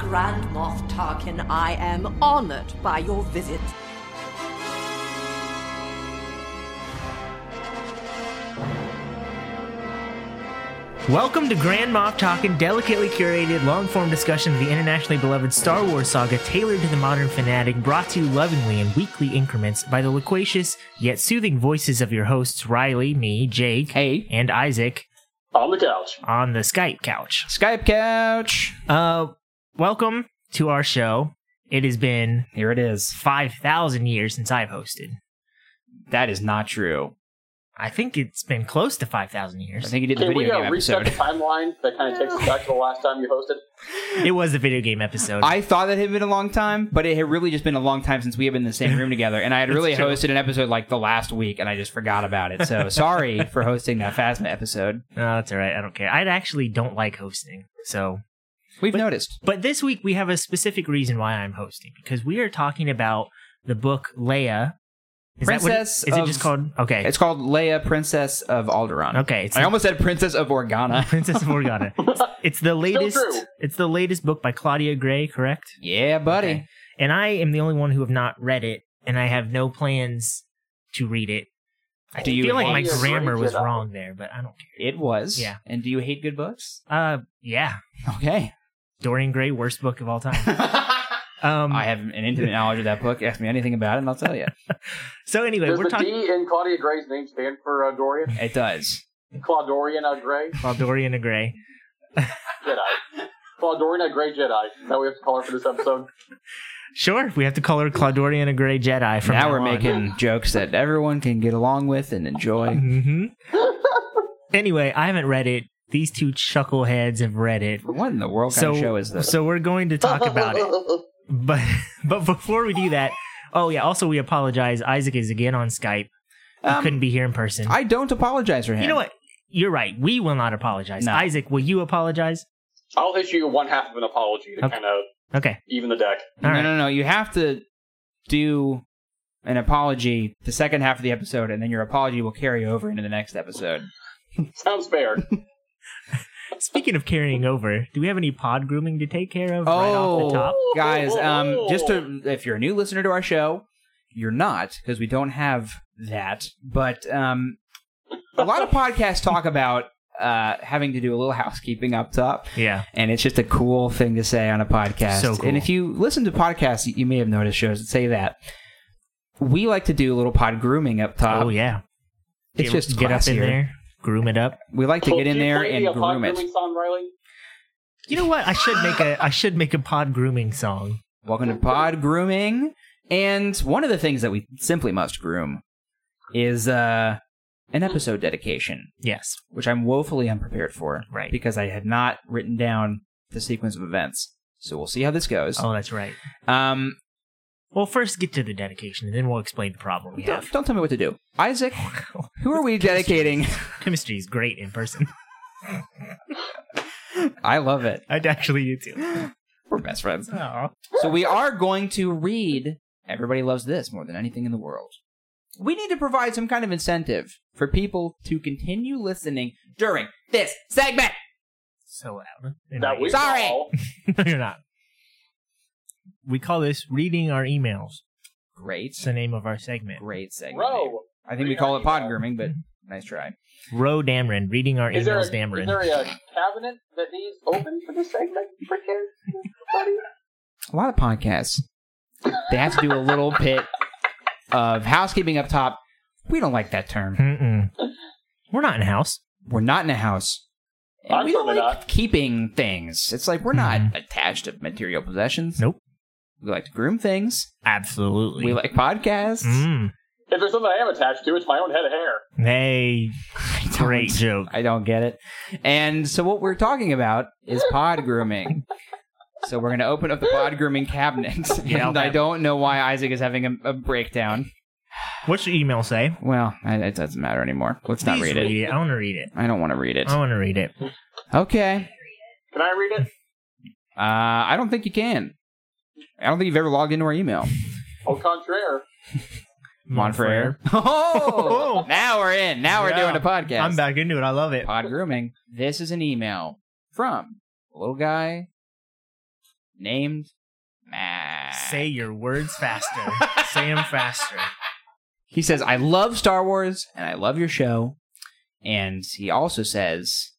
Grand Moff Tarkin, I am honored by your visit. Welcome to Grand Moff Talkin, delicately curated, long-form discussion of the internationally beloved Star Wars saga tailored to the modern fanatic, brought to you lovingly in weekly increments by the loquacious yet soothing voices of your hosts Riley, me, Jake, Hey. and Isaac on the couch. on the Skype couch. Skype couch. Uh, welcome to our show. It has been Here it is. 5,000 years since I've hosted. That is not true. I think it's been close to 5,000 I years. think you did the Can we video uh, game reset episode. the timeline that kind of takes us back to the last time you hosted? It was the video game episode. I thought that it had been a long time, but it had really just been a long time since we have been in the same room together. And I had really true. hosted an episode like the last week, and I just forgot about it. So sorry for hosting that FASMA episode. No, Uh, that's all right. I don't care. I actually don't like hosting, so We've noticed. But this week we have a specific reason why I'm hosting because we are talking about the book Leia. Is Princess that what it, is it just of- called? Okay, It's called Leia, Princess of Alderaan. okay. It's I almost said Princess of Organa. Princess of Organa. It's- It's the latest. true. It's the latest book by Claudia Gray, correct? Yeah, buddy. Okay. And I am the only one who have not read it, and I have no plans to read it. I Do you feel like my hate it? grammar was Read it. wrong there, but I don't care. It was. Yeah. And do you hate good books? Uh, yeah, Okay. Dorian Gray, worst book of all time. I Um, have an intimate knowledge of that book. Ask me anything about it, and I'll tell you. so anyway, Does we're the talking D in Claudia Gray's name stand for uh, Dorian? It does. Claudorian uh, Gray about Dorian and Gray. Jedi. Claudorian uh, Gray Jedi. Now we have to call her for this episode. Sure, we have to call her Claudorian a Grey Jedi from now we're making jokes that everyone can get along with and enjoy. hmm anyway, I haven't read it. These two chuckleheads have read it, What in the world kind so of show is this? so we're going to talk about it. But but before we do that, oh yeah. Also, we apologize. Isaac is again on Skype. He Um, couldn't be here in person. I don't apologize for him. you know what? You're right. We will not apologize. No. Isaac, will you apologize? I'll issue one half of an apology to Okay. kind of Okay. even the deck. All no, right. no, no. You have to do an apology the second half of the episode, and then your apology will carry over into the next episode. Sounds fair. Speaking of carrying over, do we have any pod grooming to take care of right off the top? Oh, guys, um, just to, if you're a new listener to our show, you're not because we don't have that. But um, a lot of podcasts talk about uh, having to do a little housekeeping up top, Yeah. and it's just a cool thing to say on a podcast. So cool. And if you listen to podcasts, you may have noticed shows that say that. We like to do a little pod grooming up top. oh yeah. Uh, It's Get- just get up in classier. there, groom it up. We like to Well, get do in you there play and the, uh, groom it. Podgrooming Song, Riley? You know what? I should make a I should make a pod grooming song. Welcome to pod grooming. And one of the things that we simply must groom is uh, an episode dedication, Yes. which I'm woefully unprepared for. Right. Because I had not written down the sequence of events. So we'll see how this goes. Oh, that's right. Um, Well, first get to the dedication, and then we'll explain the problem we don't, have. don't tell me what to do. Isaac, who are we dedicating? Chemistry is great in person. I love it. I'd actually you too. We're best friends. Aw. So we are going to read Everybody Loves This more than anything in the world. We need to provide some kind of incentive for people to continue listening during this segment. So loud. And That we nice. Sorry. know. no, you're not. We call this reading our emails. Great. It's the name of our segment. Great segment. name. Row. I think we call it pod grooming, but nice try. Roe Dameron, reading our Is there, a, emails, is Dameron. there a cabinet that needs open for this segment? For everybody? A lot of podcasts, they have to do a little bit of housekeeping up top. We don't like that term. Mm-mm. We're not in house. We're not in a house. And I'm we don't like certainly keeping things. It's like we're not attached to material possessions. Mm-hmm. Nope. We like to groom things. Absolutely. We like podcasts. Mm. If there's something I am attached to, it's my own head of hair. Hey, I don't- great joke. I don't get it. And so what we're talking about is pod grooming. So we're going to open up the pod grooming cabinet. Yeah, and okay. I don't know why Isaac is having a, a breakdown. What's your email say? Well, I, it doesn't matter anymore. Let's not Please read it. I want to read Oh. it. I don't want to read it. I want to read it. Okay. Can I read it? Uh, I don't think you can. I don't think you've ever logged into our email. Au contraire. Monfrere. Oh, now we're in. Now we're Yeah. doing a podcast. I'm back into it. I love it. Pod grooming. This is an email from a little guy named Mac. Say your words faster. Say them faster. He says, I love Star Wars and I love your show. And he also says,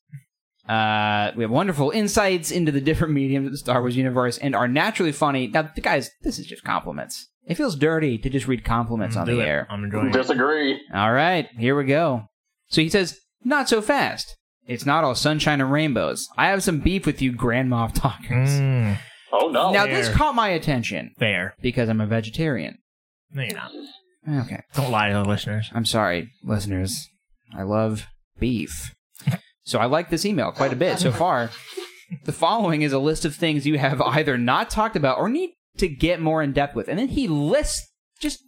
uh, We have wonderful insights into the different mediums of the Star Wars universe and are naturally funny. Now, the guys, this is just compliments. It feels dirty to just read compliments on Mm, Do the it. air. I'm enjoying it. Disagree. All right, here we go. So he says, Not so fast. It's not all sunshine and rainbows. I have some beef with you, Grand Moff Talkers. Mm, Oh no. now, fair. this caught my attention fair. because I'm a vegetarian. No, you're not. Okay. Don't lie to the listeners. I'm sorry, listeners. I love beef. So I like this email quite a bit so far. The following is a list of things you have either not talked about or need to get more in depth with. And then he lists just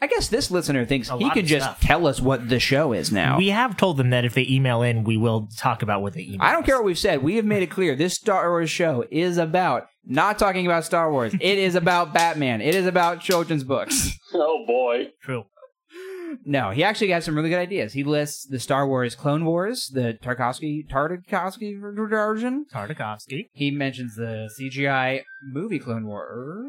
I guess this listener thinks A he lot can of just stuff. tell us what the show is now. We have told them that if they email in, we will talk about what they email. I don't care what we've said. We have made it clear this Star Wars show is about not talking about Star Wars. It is about Batman. It is about children's books. Oh boy. True. No, he actually has some really good ideas. He lists the Star Wars Clone Wars, the Tarkovsky, Tarkovsky version. Tartakovsky He mentions the CGI movie Clone Wars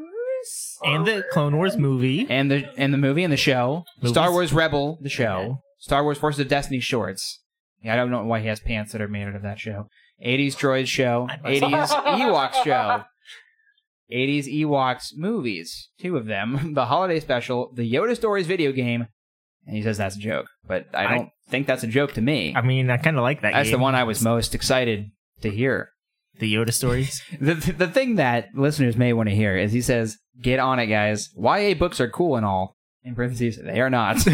and the Clone Wars movie. and the and the movie and the show, Movies. Star Wars Rebel, the Okay. show, Star Wars Forces of Destiny shorts. Yeah, I don't know why he has pants that are made out of that show. 80s droids show, I must- 80s Ewoks show, 80s Ewoks movies, two of them, the holiday special, the Yoda Stories video game, and he says that's a joke, but I I- don't think that's a joke to me. I mean, I kind of like that. that's the game. one I was most excited to hear The Yoda stories. the, the thing that listeners may want to hear is he says, "Get on it, guys. YA books are cool and all." In parentheses, they are not,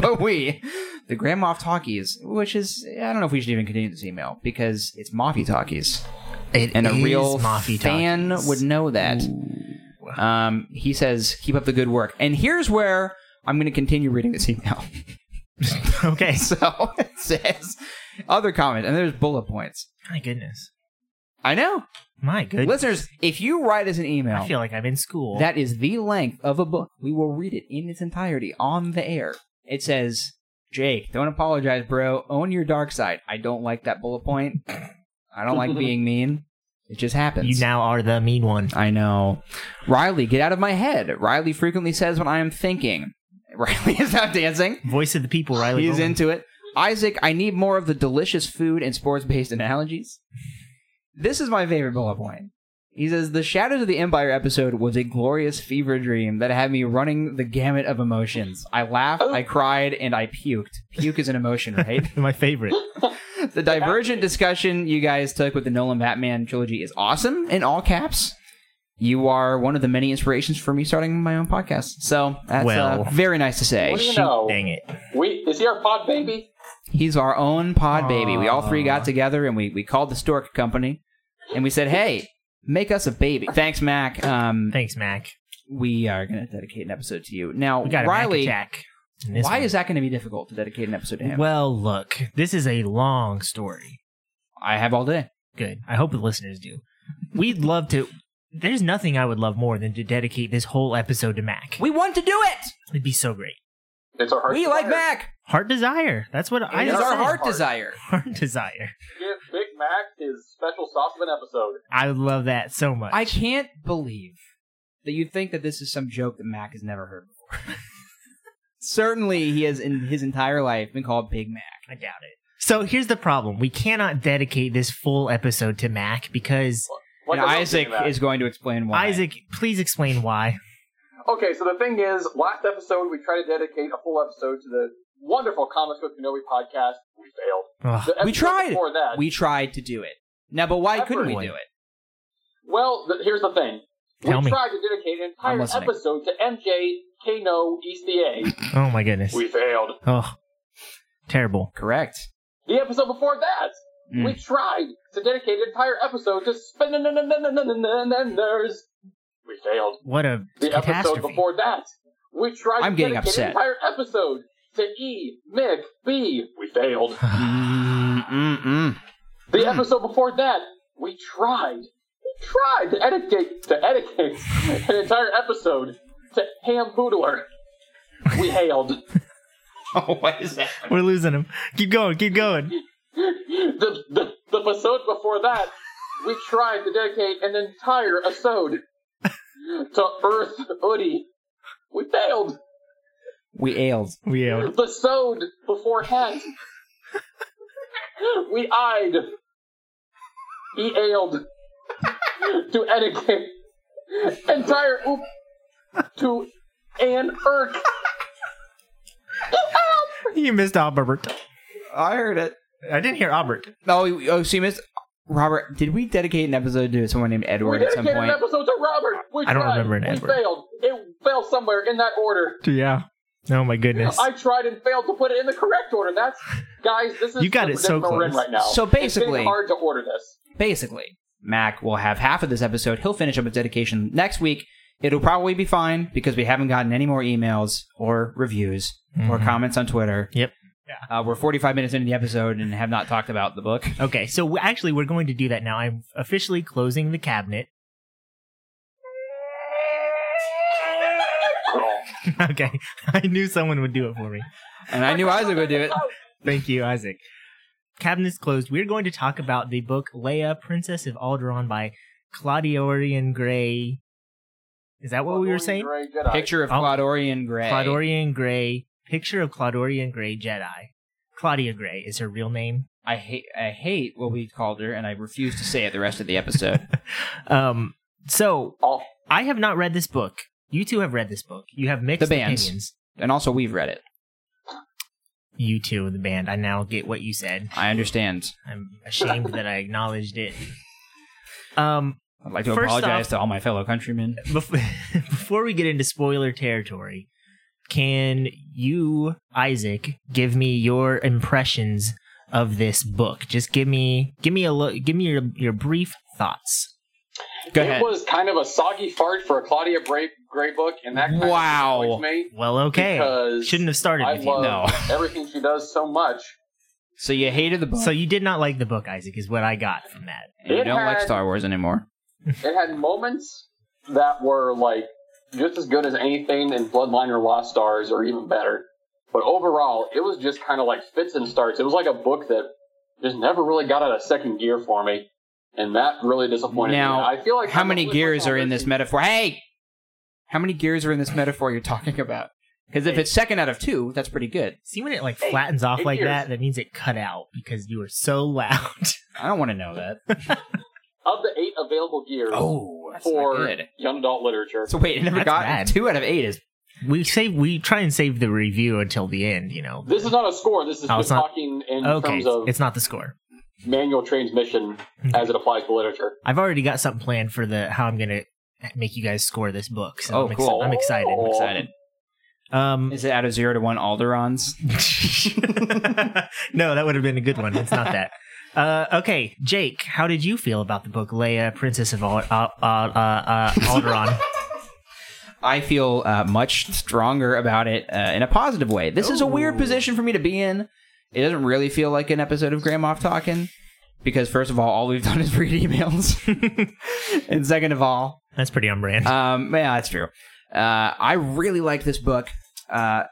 but we, the Grand Moff Talkies, which is I don't know if we should even continue this email because it's Moffy Talkies, It and a is real Moffy fan Talkies. would know that. Um, he says, "Keep up the good work." And here's where I'm going to continue reading this email. okay. so it says other comment, and there's bullet points. My goodness. I know, My goodness. listeners, if you write us an email, I feel like I'm in school. That is the length of a book. We will read it in its entirety on the air. It says, Jake, don't apologize, bro. Own your dark side. I don't like that bullet point. I don't like being mean. It just happens. you now are the mean one. I know. Riley, get out of my head. Riley frequently says what I am thinking. Riley is not dancing. Voice of the people, Riley. He's Bowman. into it. Isaac, I need more of the delicious food and sports based analogies. This is my favorite bullet point. He says, The Shadows of the Empire episode was a glorious fever dream that had me running the gamut of emotions. I laughed, I cried, and I puked. Puke is an emotion, right? My favorite. the divergent discussion you guys took with the Nolan Batman trilogy is awesome, in all caps. You are one of the many inspirations for me starting my own podcast. So that's Well. uh, very nice to say. What do you Shoot, Oh. know? dang it. We is he our pod baby? He's our own pod baby. We all three Aw. got together and we, we called the Stork Company and we said, hey, make us a baby. Thanks, Mac. Um, Thanks, Mac. we are going to dedicate an episode to you. Now, We got a Mac Riley, attack. in this why one. is that going to be difficult to dedicate an episode to him? Well, look, this is a long story. I have all day. Good. I hope the listeners do. We'd love to. There's nothing I would love more than to dedicate this whole episode to Mac. We want to do it. It'd be so great. It's our heart. we like desire. Mac. Heart desire. That's what I It is just our said. heart desire. Heart desire. Give Big Mac his special sauce of an episode. I love that so much. I can't believe that you think that this is some joke that Mac has never heard before. Certainly, he has in his entire life been called Big Mac. I doubt it. So here's the problem: we cannot dedicate this full episode to Mac because Like And I love Isaac Big Mac. is going to explain why. Isaac. Please explain why. Okay, so the thing is, last episode we tried to dedicate a full episode to the wonderful Comics with Kenobi podcast. We failed. Ugh. The We episode tried. Before that, We tried to do it. Now, but why couldn't we Everyone. do it? well, th- here's the thing. Tell we me. tried to dedicate an I'm entire listening. episode to MJ Kano ECA. Oh my goodness. E we failed. Oh, terrible. Correct. The episode before that, we Hmm. tried to dedicate an entire episode to spinners. We failed. What a The episode catastrophe. before that, we tried I'm to getting dedicate upset. an entire episode to E, Mick, B. We failed. Mm-mm-mm. The episode before that, we tried, we tried to dedicate to dedicate an entire episode to Ham Hoodler. We hailed. Oh, what is that? We're losing him. Keep going. Keep going. the, the the episode before that, we tried to dedicate an entire episode to Earth Udi. We failed. We ailed. We out. The sewed before hat. we eyed. He ailed. to etiquette. Entire oop to an irk. You missed Albert. I heard it. I didn't hear Albert. Oh, you- oh, so you missed Robert. Did we dedicate an episode to someone named We Edward at some dedicated an point? episode to Robert. We I don't tried. remember an we Edward. failed. It fell somewhere in that order. Yeah. Oh my goodness. I tried and failed to put it in the correct order. That's guys. This is You got the it so predicament we're in close. right now. So it's basically- been hard to order this. Basically, Mac will have half of this episode. He'll finish up his dedication next week. It'll probably be fine because we haven't gotten any more emails or reviews or comments on Twitter. Yep. Uh, we're 45 minutes into the episode and have not talked about the book. Okay, so we- actually, we're going to do that now. I'm officially closing the cabinet. okay, I knew someone would do it for me. And I knew Isaac would do it. Thank you, Isaac. Cabinet's closed. We're going to talk about the book Leia, Princess of Alderaan by Claudiorian Gray. Is that what we were saying? Grey Jedi. Picture of Oh. Claudorian Gray. Claudorian Gray, picture of Claudorian Gray Jedi. Claudia Gray is her real name. I hate I hate what we called her, and I refuse to say it the rest of the episode. Um, so Oh, I have not read this book. You two have read this book. You have mixed The bands. opinions. and also, we've read it. You two, the band. I now get what you said. I understand. I'm ashamed that I acknowledged it. Um, I'd like to First apologize off- to all my fellow countrymen. bef- before we get into spoiler territory, can you, Isaac, give me your impressions of this book? Just give me, give me a look, give me your your brief thoughts. Go it ahead. was kind of a soggy fart for a Claudia Gray, Gray book, and that kind Wow. of disappoints me. Well, okay. Because Shouldn't have started I with you. love No. everything she does so much. So you hated the book, So you did not like the book, Isaac, is what I got from that. and you It don't like had- Star Wars anymore. It had moments that were like just as good as anything in Bloodline or Lost Stars, or even better. But overall, it was just kind of like fits and starts. It was like a book that just never really got out of second gear for me, and that really disappointed Now, me. I feel like How I'm many the only gears person are on in this metaphor? Hey, how many gears are in this metaphor you're talking about? Because if it's second out of two, that's pretty good. See when it like flattens off it like hears. that, that means it cut out because you were so loud. I don't want to know that. of the eight available gears Oh, that's not for good. young adult literature. So wait, it never That's got bad. two out of eight is we save we try and save the review until the end, you know. This is not a score. This is Oh, it's just not- talking in Okay, terms of it's not the score. manual transmission Hmm. as it applies to literature. I've already got something planned for the how I'm gonna make you guys score this book. So Oh, I'm, cool. I'm excited. Oh. excited. Um, Is it out of zero to one Alderons? no, that would have been a good one. It's not that. Uh, okay, Jake, how did you feel about the book Leia, Princess of Al- uh, uh, uh, Alderaan? I feel uh, much stronger about it uh, in a positive way. This is a weird position for me to be in. It doesn't really feel like an episode of Grand Moff Talking because, first of all, all we've done is read emails, and second of all, That's pretty on Uh, brand. um, yeah, that's true. Uh, I really like this book. Uh,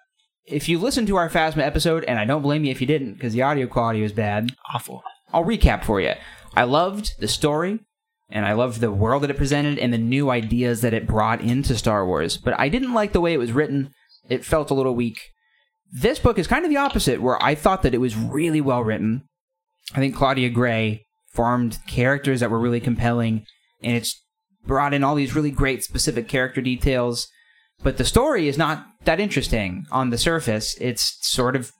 if you listen to our Phasma episode, and I don't blame you if you didn't because the audio quality was bad, Awful. I'll recap for you. I loved the story, and I loved the world that it presented, and the new ideas that it brought into Star Wars. But I didn't like the way it was written. It felt a little weak. This book is kind of the opposite, where I thought that it was really well written. I think Claudia Gray formed characters that were really compelling, and it's brought in all these really great specific character details. But the story is not that interesting on the surface. It's sort of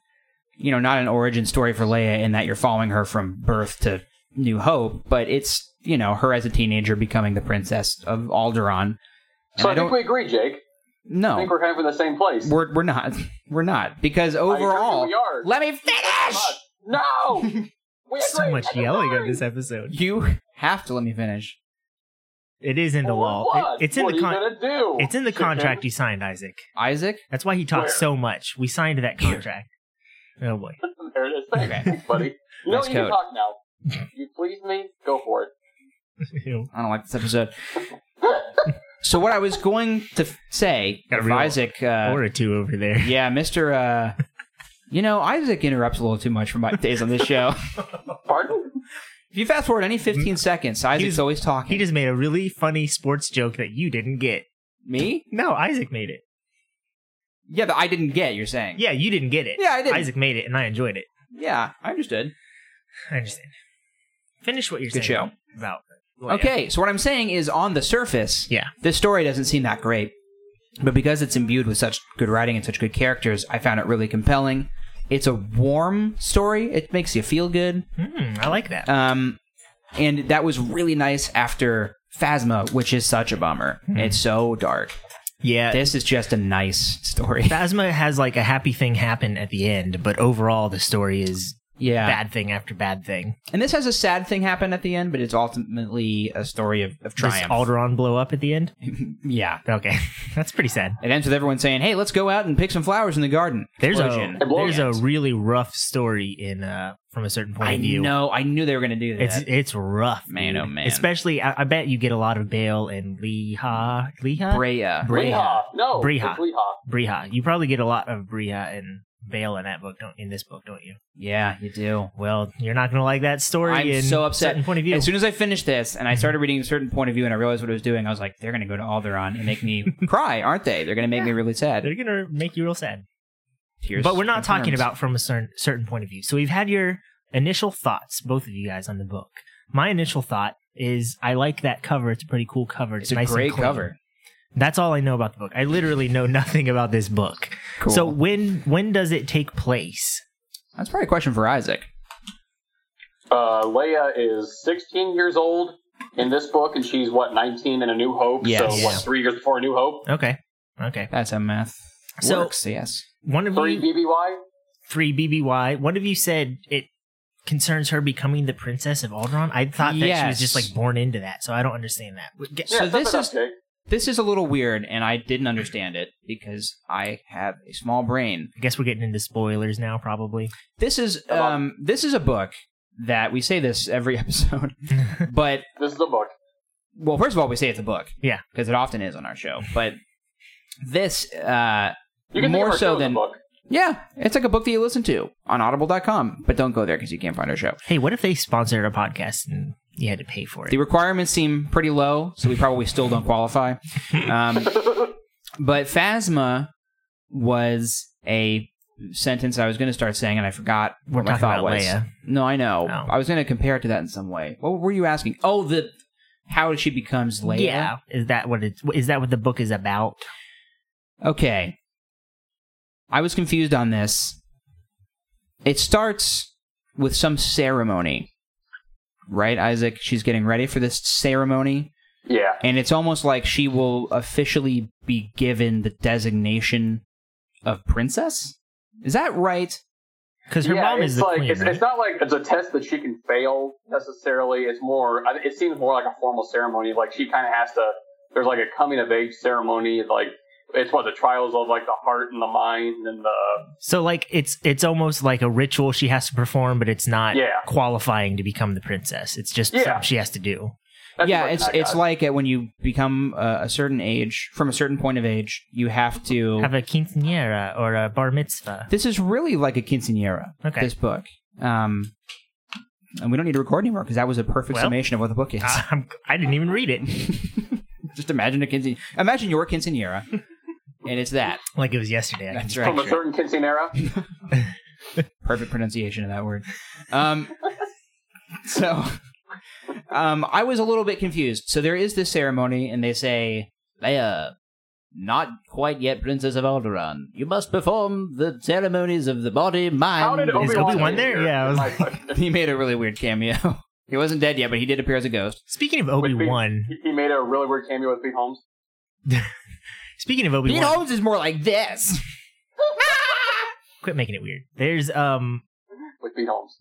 you know, not an origin story for Leia in that you're following her from birth to New Hope, but it's, you know, her as a teenager becoming the princess of Alderaan. And So I, I think don't Oh. we agree, Jake. I think no. we're kind of in the same place. We're we're not. We're not. Because overall we are. Let me finish. no, we agree. So much I yelling on agree. this episode. You have to let me finish. It is in the wall. Well, what? It- it's in What the Are con- you gonna do? it's in the Chicken? contract you signed, Isaac. Isaac? That's why he talks Where? so much. We signed that contract. Oh boy. There it is. Thanks, Okay. thanks, buddy. You know Nice you can code. talk now. You please me. Go for it. Ew. I don't like this episode. so what I was going to f- say Got a if real Isaac uh, or a two over there. Yeah, Mr. Uh, you know, Isaac interrupts a little too much for my days on this show. Pardon? If you fast forward any 15 seconds, Mm, Isaac's He's- always talking. He just made a really funny sports joke that you didn't get. me? No, Isaac made it. Yeah, that I didn't get. You're saying? Yeah, you didn't get it. Yeah, I didn't. Isaac made it, and I enjoyed it. yeah, I understood. I understand. Finish what you're Good saying show. about. well, yeah. Okay, so what I'm saying is, on the surface, Yeah. this story doesn't seem that great, but because it's imbued with such good writing and such good characters, I found it really compelling. It's a warm story. It makes you feel good. Hmm, I like that. Um, and that was really nice after Phasma, which is such a bummer. Hmm. It's so dark. yeah. This is just a nice story. Phasma has like a happy thing happen at the end, but overall the story is yeah. bad thing after bad thing. And this has a sad thing happen at the end, but it's ultimately a story of, of Does triumph. Alderaan blow up at the end? yeah. Okay, that's pretty sad. It ends with everyone saying, "Hey, let's go out and pick some flowers in the garden." There's Explosion. a there's a Explosions. really rough story in uh from a certain point I of view. know. I knew they were going to do that. It's it's rough, Man, dude. oh, man. Especially, I, I bet you get a lot of Bale and Leha, Leha, Brea. Brea. Leha. No, Breha. it's Leha. Breha. You probably get a lot of Breha and Bale in that book, don't in this book, don't you? Yeah, you do. Well, you're not gonna like that story. I'm in so upset. Certain point of view. As soon as I finished this Mm-hmm. and I started reading a certain point of view and I realized what it was doing, I was like, "They're going to go to Alderaan and make me cry, aren't they? They're going to make me really sad." They're gonna make you real sad. Tears but we're not talking confirmed. about from a certain certain point of view. So we've had your initial thoughts, both of you guys, on the book. My initial thought is I like that cover. It's a pretty cool cover. It's, It's a nice and great clean. cover. That's all I know about the book. I literally know nothing about this book. Cool. So when when does it take place? that's probably a question for Isaac. Uh, Leia is 16 years old in this book, and she's what 19 in A New Hope. Yes. So what three years before A New Hope? Okay, okay. That's a math. So- Works, yes. One of Three you BBY. three BBY. One of you said it concerns her becoming the princess of Alderaan. I thought that she was Yes. just like born into that, so I don't understand that. But get- So Yeah, this this is- This is a little weird, and I didn't understand it because I have a small brain. I guess we're getting into spoilers now, probably. This is Come on. um, this is a book that we say this every episode, but this is the book. well, first of all, we say it's a book, Yeah. because it often is on our show. But this, uh, You can More think of our so show as a than- book. yeah, it's like a book that you listen to on Audible.com, but don't go there because you can't find our show. Hey, what if they sponsored a podcast and you had to pay for The it? requirements seem pretty low, so we probably still don't qualify. Um, but Phasma was a sentence I was going to start saying, and I forgot We're what my talking thought about was. Leia. No, I know. Oh. I was going to compare it to that in some way. What were you asking? Oh, the how she becomes Leia. Yeah, is that what it's? Is that what the book is about? Okay. I was confused on this. It starts with some ceremony. Right, Isaac? She's getting ready for this ceremony. Yeah. And it's almost like she will officially be given the designation of princess? Is that right? Because her yeah, mom it's is the like queen. it's, right? it's not like it's a test that she can fail necessarily. It's more. I- It seems more like a formal ceremony. Like she kind of has to. There's like a coming of age ceremony. Like it's what the trials of like the heart and the mind and the so like it's it's almost like a ritual she has to perform, but it's not Yeah. qualifying to become the princess. It's just Yeah. something she has to do. that's yeah, what it's I got. it's like it when you become uh, a certain age, from a certain point of age, you have to Have a quinceanera or a bar mitzvah. This is really like a quinceanera. Okay. This book. Um, and we don't need to record anymore because that was a perfect Well, ah. summation of what the book is. Ah. I, I'm, I didn't even read it Just imagine a quinceanera. Imagine your quinceanera, and it's that. like it was yesterday. I That's guess. from right. a certain quinceanera. Perfect pronunciation of that word. Um, so, um, I was a little bit confused. So there is this ceremony, and they say, "Leia, not quite yet, Princess of Alderaan. You must perform the ceremonies of the body, mind." How did and Is Obi Wan Obi-Wan there? Yeah, I was- he made a really weird cameo. he wasn't dead yet, but he did appear as a ghost. Speaking of Obi Wan, He made a really weird cameo with Pete Holmes. speaking of Obi Pete Wan, Holmes is more like this. quit making it weird. There's um With Pete Holmes.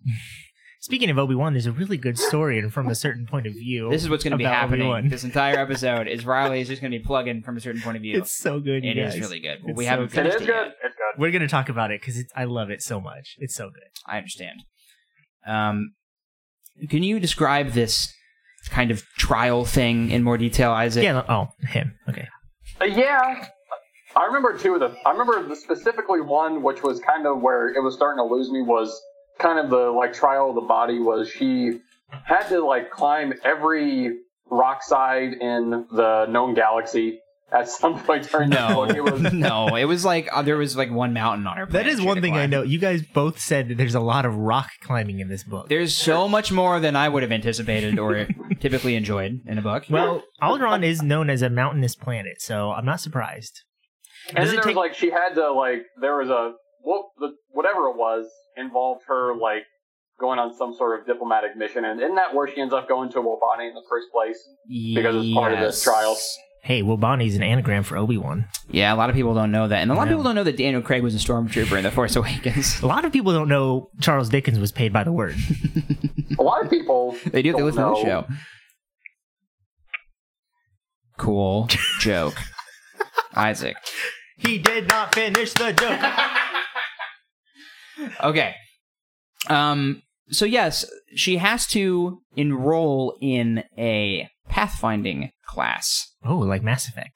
Speaking of Obi Wan, there's a really good story, and from a certain point of view, This is what's going to be About happening. Obi-Wan. This entire episode is Riley is just going to be plugging from a certain point of view. it's so good. you It is guys. really good. It's we so haven't good. It finished is it, good. yet. It's good. We're gonna talk about it because I love it so much. It's so good. I understand. Um, can you describe this kind of trial thing in more detail, Isaac? Yeah. Oh, him. Okay. Uh, yeah. I remember two of them. I remember the, specifically one, which was kind of where it was starting to lose me, was kind of the like trial of the body. Was she had to like climb every rock side in the known galaxy at some point during the No, book. It was no, it was like uh, there was like one mountain on our. That planet is she one had to thing I climb. know. You guys both said that there's a lot of rock climbing in this book. There's so much more than I would have anticipated or typically enjoyed in a book. Well, Alderaan is known as a mountainous planet, so I'm not surprised. And Does then it there take- was like she had to like there was a what the, whatever it was involved her like going on some sort of diplomatic mission, and isn't that where she ends up going to Wobani in the first place? Because it's part of this Yes. trial. Hey, Wobani's an anagram for Obi Wan. Yeah, a lot of people don't know that, and a lot of Yeah. people don't know that Daniel Craig was a stormtrooper in The Force Awakens. A lot of people don't know Charles Dickens was paid by the word. A lot of people They do. if They don't listen to the know. show. Cool joke, Isaac. he did not finish the joke. Okay. Um. So yes, she has to enroll in a pathfinding class. oh, like Mass Effect,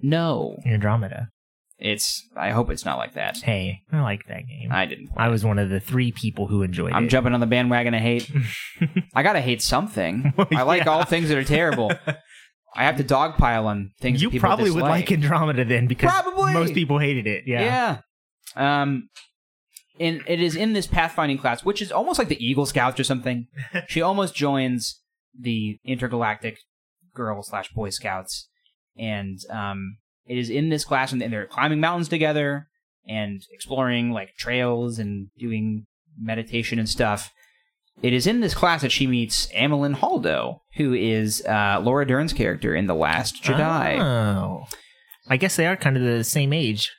No, Andromeda. it's. I hope it's not like that. Hey, I like that game. I, I didn't. was one of the three people who enjoyed I'm it. jumping on the bandwagon. I hate. I gotta hate something. Well, I like yeah. all things that are terrible. I have to dogpile on things. that you people probably would dislike. like Andromeda then because Probably. most people hated it. Yeah. Yeah. Um, and it is in this pathfinding class, which is almost like the Eagle Scouts or something. she almost joins the intergalactic girl slash boy scouts, and um, it is in this class, and they're climbing mountains together and exploring like trails and doing meditation and stuff. It is in this class that she meets Amelin Haldo, who is uh, Laura Dern's character in The Last Jedi. Oh. I guess they are kind of the same age.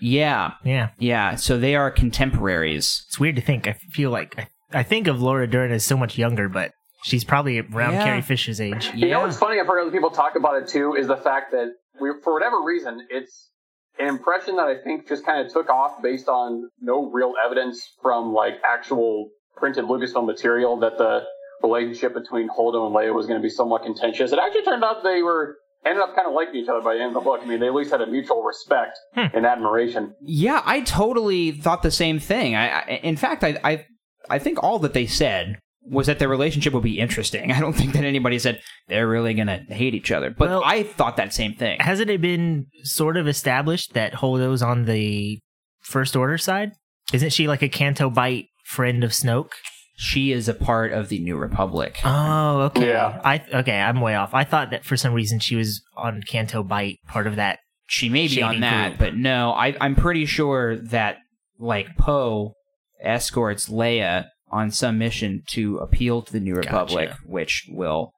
Yeah, Yeah. yeah. So they are contemporaries. It's weird to think. I feel like I, I think of Laura Dern as so much younger, but she's probably around Yeah. Carrie Fisher's age. You know what's funny? I've heard other people talk about it too. Is the fact that we, for whatever reason, it's an impression that I think just kind of took off based on no real evidence from like actual printed Lucasfilm material that the relationship between Holdo and Leia was going to be somewhat contentious. It actually turned out they were ended up kind of liking each other by the end of the book. I mean, they at least had a mutual respect and admiration. Yeah, I totally thought the same thing. I, I in fact, I, I I think all that they said was that their relationship would be interesting. I don't think that anybody said they're really gonna hate each other. But Well- I thought that same thing. Hasn't it been sort of established that Holdo's on the First Order side? Isn't she like a Canto Bite friend of Snoke? She is a part of the New Republic. Oh, okay. Yeah. I okay, I'm way off. I thought that for some reason she was on Canto Bite, part of that. She may be Shady on that, group. but no, I, I'm pretty sure that like Poe escorts Leia on some mission to appeal to the New Republic, Gotcha. which will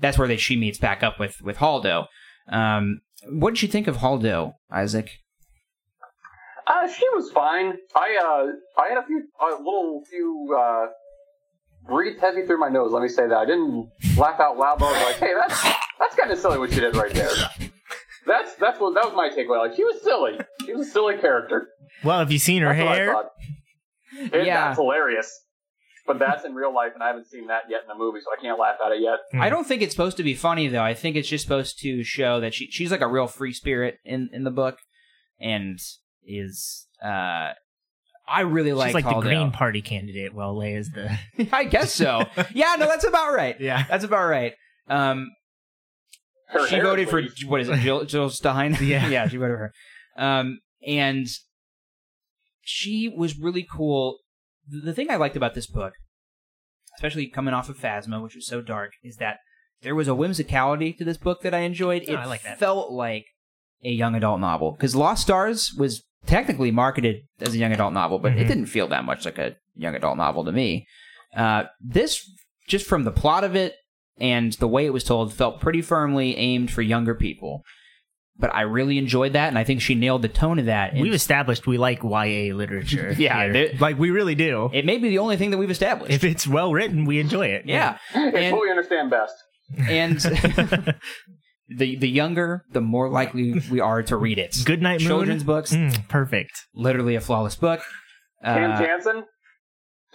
that's where they, she meets back up with with Haldo. Um, what did you think of Haldo, Isaac? Uh, she was fine. I uh, I had a few a little few uh, breathe heavy through my nose. Let me say that I didn't laugh out loud, but I was like, hey, that's that's kind of silly what she did right there. That's that's what that was my takeaway. Like she was silly. She was a silly character. Well, have you seen her That's what I hair? thought. It, Yeah. That's hilarious. But that's in real life, and I haven't seen that yet in the movie, so I can't laugh at it yet. Mm. I don't think it's supposed to be funny though. I think it's just supposed to show that she she's like a real free spirit in in the book, and is uh, I really She's like like, "Oh, the Green Party candidate. Well, Leia's the I guess so. yeah, no, that's about right. yeah, That's about right. Um, Her she hair, voted at for least. what is it, Jill, Jill Stein? Yeah. yeah, she voted for her. Um, and she was really cool. The the thing I liked about this book, especially coming off of Phasma, which was so dark, is that there was a whimsicality to this book that I enjoyed. Oh, it I like that. felt like a young adult novel because Lost Stars was technically marketed as a young adult novel, but it Mhm. didn't feel that much like a young adult novel to me. Uh, this, just from the plot of it and the way it was told, felt pretty firmly aimed for younger people. But I really enjoyed that, and I think she nailed the tone of that. We've And established we like YA literature. Yeah, here. they- like we really do. it may be the only thing that we've established. If it's well written, we enjoy it. yeah, It's and what we understand best. and the the younger, the more likely we are to read it. Good night, Moon. children's books, Mm, perfect. literally a flawless book. Cam Uh, Jansen?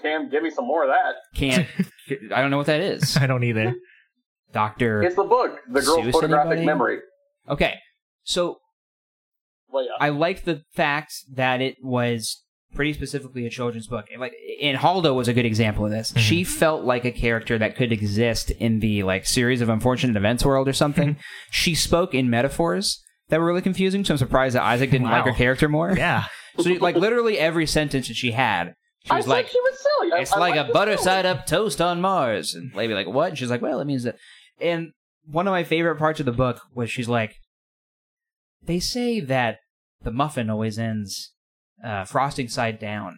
Cam, give me some more of that. can't. I don't know what that is. I don't either. Doctor. It's the book, The Girl's Seuss, Photographic anybody? Memory. Okay, so Leia. I liked the fact that it was pretty specifically a children's book. And, like and Haldo was a good example of this. She Mm-hmm. felt like a character that could exist in the like series of unfortunate events world or something. Mm-hmm. she spoke in metaphors that were really confusing, so I'm surprised that Isaac didn't like Wow. her character more. Yeah. So like literally every sentence that she had, she I was thought like she was silly. I- it's I like liked a the butter silly. side up toast on Mars. And Lady like, what? And she's like, well, it means that. And one of my favorite parts of the book was she's like, they say that the muffin always ends uh, frosting side down.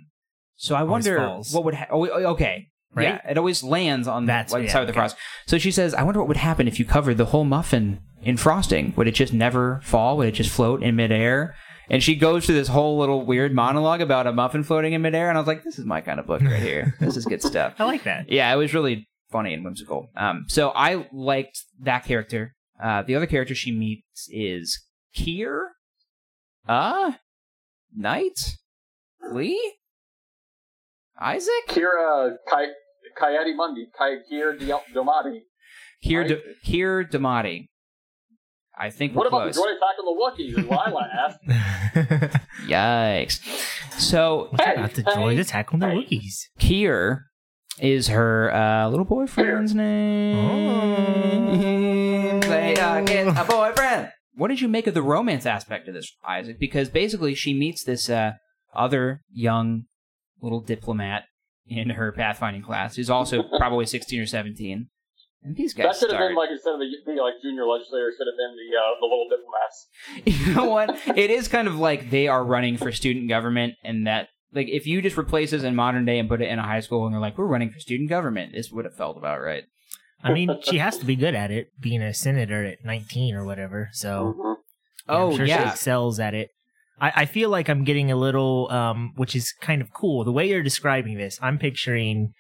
So I Always wonder falls. what would happen. Oh, okay. Right? Yeah, it always lands on That's- that like, yeah, side of the okay. frost. So she says, I wonder what would happen if you covered the whole muffin in frosting. Would it just never fall? Would it just float in midair? And she goes through this whole little weird monologue about a muffin floating in midair, and I was like, "This is my kind of book right here. This is good stuff." I like that. yeah, it was really funny and whimsical. Um, so I liked that character. Uh, the other character she meets is Kier, uh, Knight, Lee, Isaac, Kira Kai, Kayati Mundi, Kai Kier Di- Domati. Kier, D- Kier Damati. I think What we're about close. the droid attack on the Wookiees? Is what I want to ask. Yikes! So What's Hey, about to join hey, the tackle the hey. Wookiees? Kier is her uh, little boyfriend's Oh. name. Say, Mm-hmm. uh, get a boyfriend. What did you make of the romance aspect of this, Isaac? Because basically, she meets this uh, other young little diplomat in her pathfinding class, who's also probably sixteen or seventeen. And these That guys should have start. been like instead of the, the like junior legislator, it should have been the uh, the little diplomats. you know what? It is kind of like they are running for student government, and that like if you just replace this in modern day and put it in a high school, and they're like, "We're running for student government," this would have felt about right. I mean, she has to be good at it, being a senator at 19 or whatever. So Mhm. yeah, I'm Oh sure she yeah, excels at it. I, I feel like I'm getting a little, um, which is kind of cool. The way you're describing this, I'm picturing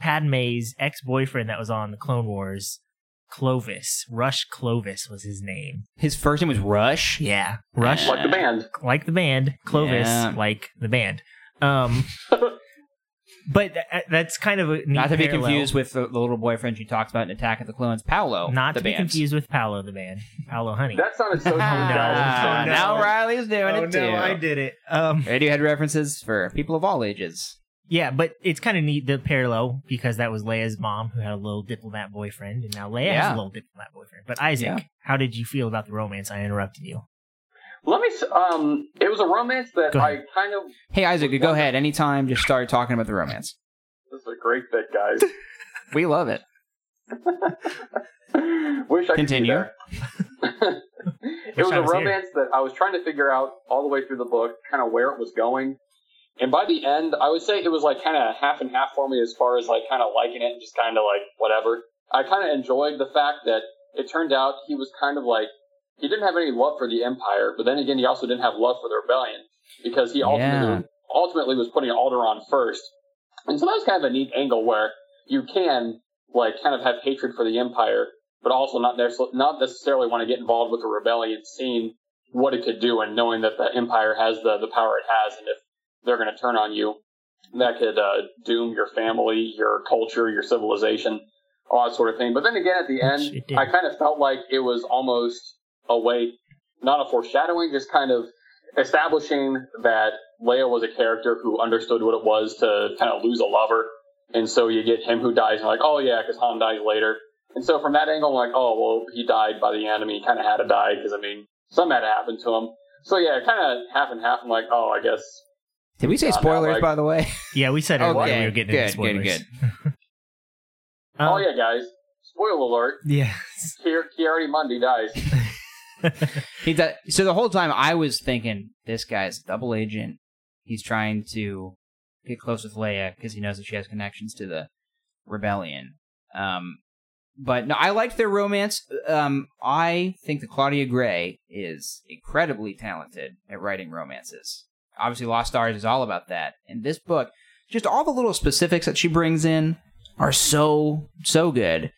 Padme's ex-boyfriend that was on the Clone Wars, Clovis. Rush Clovis was his name. his first name was Rush. Yeah, Rush Mm-hmm. Like the band. like the band Clovis, Yeah. like the band. Um, but th- that's kind of a neat Not to be parallel. confused with the, the little boyfriend she talks about in Attack of the Clones, Paolo. Not the to be band. confused with Paolo the band, Paolo Honey. That sounded so. Ah, Ah, Oh, no. dumb. Now Riley's doing it too. did it. Um, Radiohead references for people of all ages. yeah, but it's kind of neat the parallel because that was Leia's mom who had a little diplomat boyfriend, and now Leia has Yeah. a little diplomat boyfriend. But Isaac, Yeah. how did you feel about the romance? I interrupted you. Let me. s- Um, it was a romance that Go I ahead. kind of. Hey Isaac, go ahead. Anytime, just start talking about the romance. This is a great bit, guys. We love it. Wish I Continue. could be there. it Wish was I a was here. romance that I was trying to figure out all the way through the book, kind of where it was going. And by the end, I would say it was like kind of half and half for me as far as like kind of liking it and just kind of like whatever. I kind of enjoyed the fact that it turned out he was kind of like he didn't have any love for the empire, but then again, he also didn't have love for the rebellion because he Yeah. ultimately ultimately was putting Alderaan first. And so that was kind of a neat angle where you can like kind of have hatred for the empire, but also not necess- not necessarily want to get involved with the rebellion, seeing what it could do, and knowing that the empire has the the power it has, and if they're going to turn on you, that could uh, doom your family, your culture, your civilization, all that sort of thing. But then again, at the Which it did. end, I kind of felt like it was almost a way, not a foreshadowing, just kind of establishing that Leia was a character who understood what it was to kind of lose a lover. And so you get him who dies, and like, oh yeah, because Han dies later. And so from that angle, I'm like, oh well, he died by the end. I mean, he kind of had to die because I mean, something had to happen to him. So yeah, kind of half and half. I'm like, oh, I guess Did we say Not that spoilers, like- by the way? Yeah, we said earlier Okay, we were getting into good, spoilers. good, Um, Uh-huh. oh yeah, guys! Spoiler alert: Yes. Kier- Kiari Mundi dies. He does, so the whole time I was thinking this guy's a double agent. He's trying to get close with Leia because he knows that she has connections to the rebellion. Um, but no, I liked their romance. Um, I think that Claudia Gray is incredibly talented at writing romances. Obviously, Lost Stars is all about that. And this book, just all the little specifics that she brings in are so so good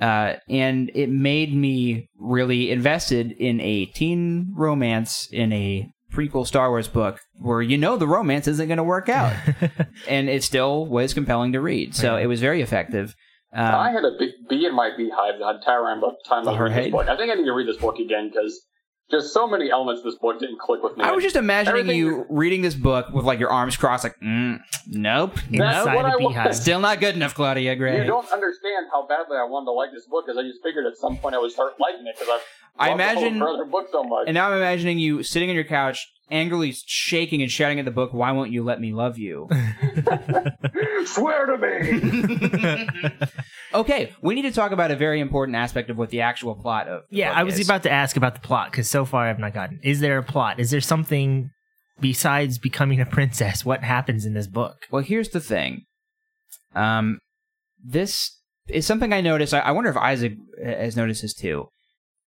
uh, and it made me really invested in a teen romance in a prequel Star Wars book where you know the romance isn't going to work out, and it still was compelling to read. So it was very effective. I Um, had a bee bee in my beehive the entire time I time I was reading Alright. this book. I think I need to read this book again because Just so many elements this book didn't click with me. I was just imagining Everything- you reading this book with like your arms crossed, like, mm, nope, That's inside what a I beehive. want. still not good enough, Claudia you Gray. don't understand how badly I wanted to like this book because I just figured at some point I would start liking it because I I loved the whole imagine- brother book so much. And now I'm imagining you sitting on your couch, angrily shaking and shouting at the book, "Why won't you let me love you?" Swear to me. okay, we need to talk about a very important aspect of what the actual plot of the Yeah, book I was is. about to ask about the plot because so far I've not gotten. Is there a plot? Is there something besides becoming a princess? What happens in this book? Well, here's the thing. Um, this is something I noticed. I, I wonder if Isaac uh, has noticed this too.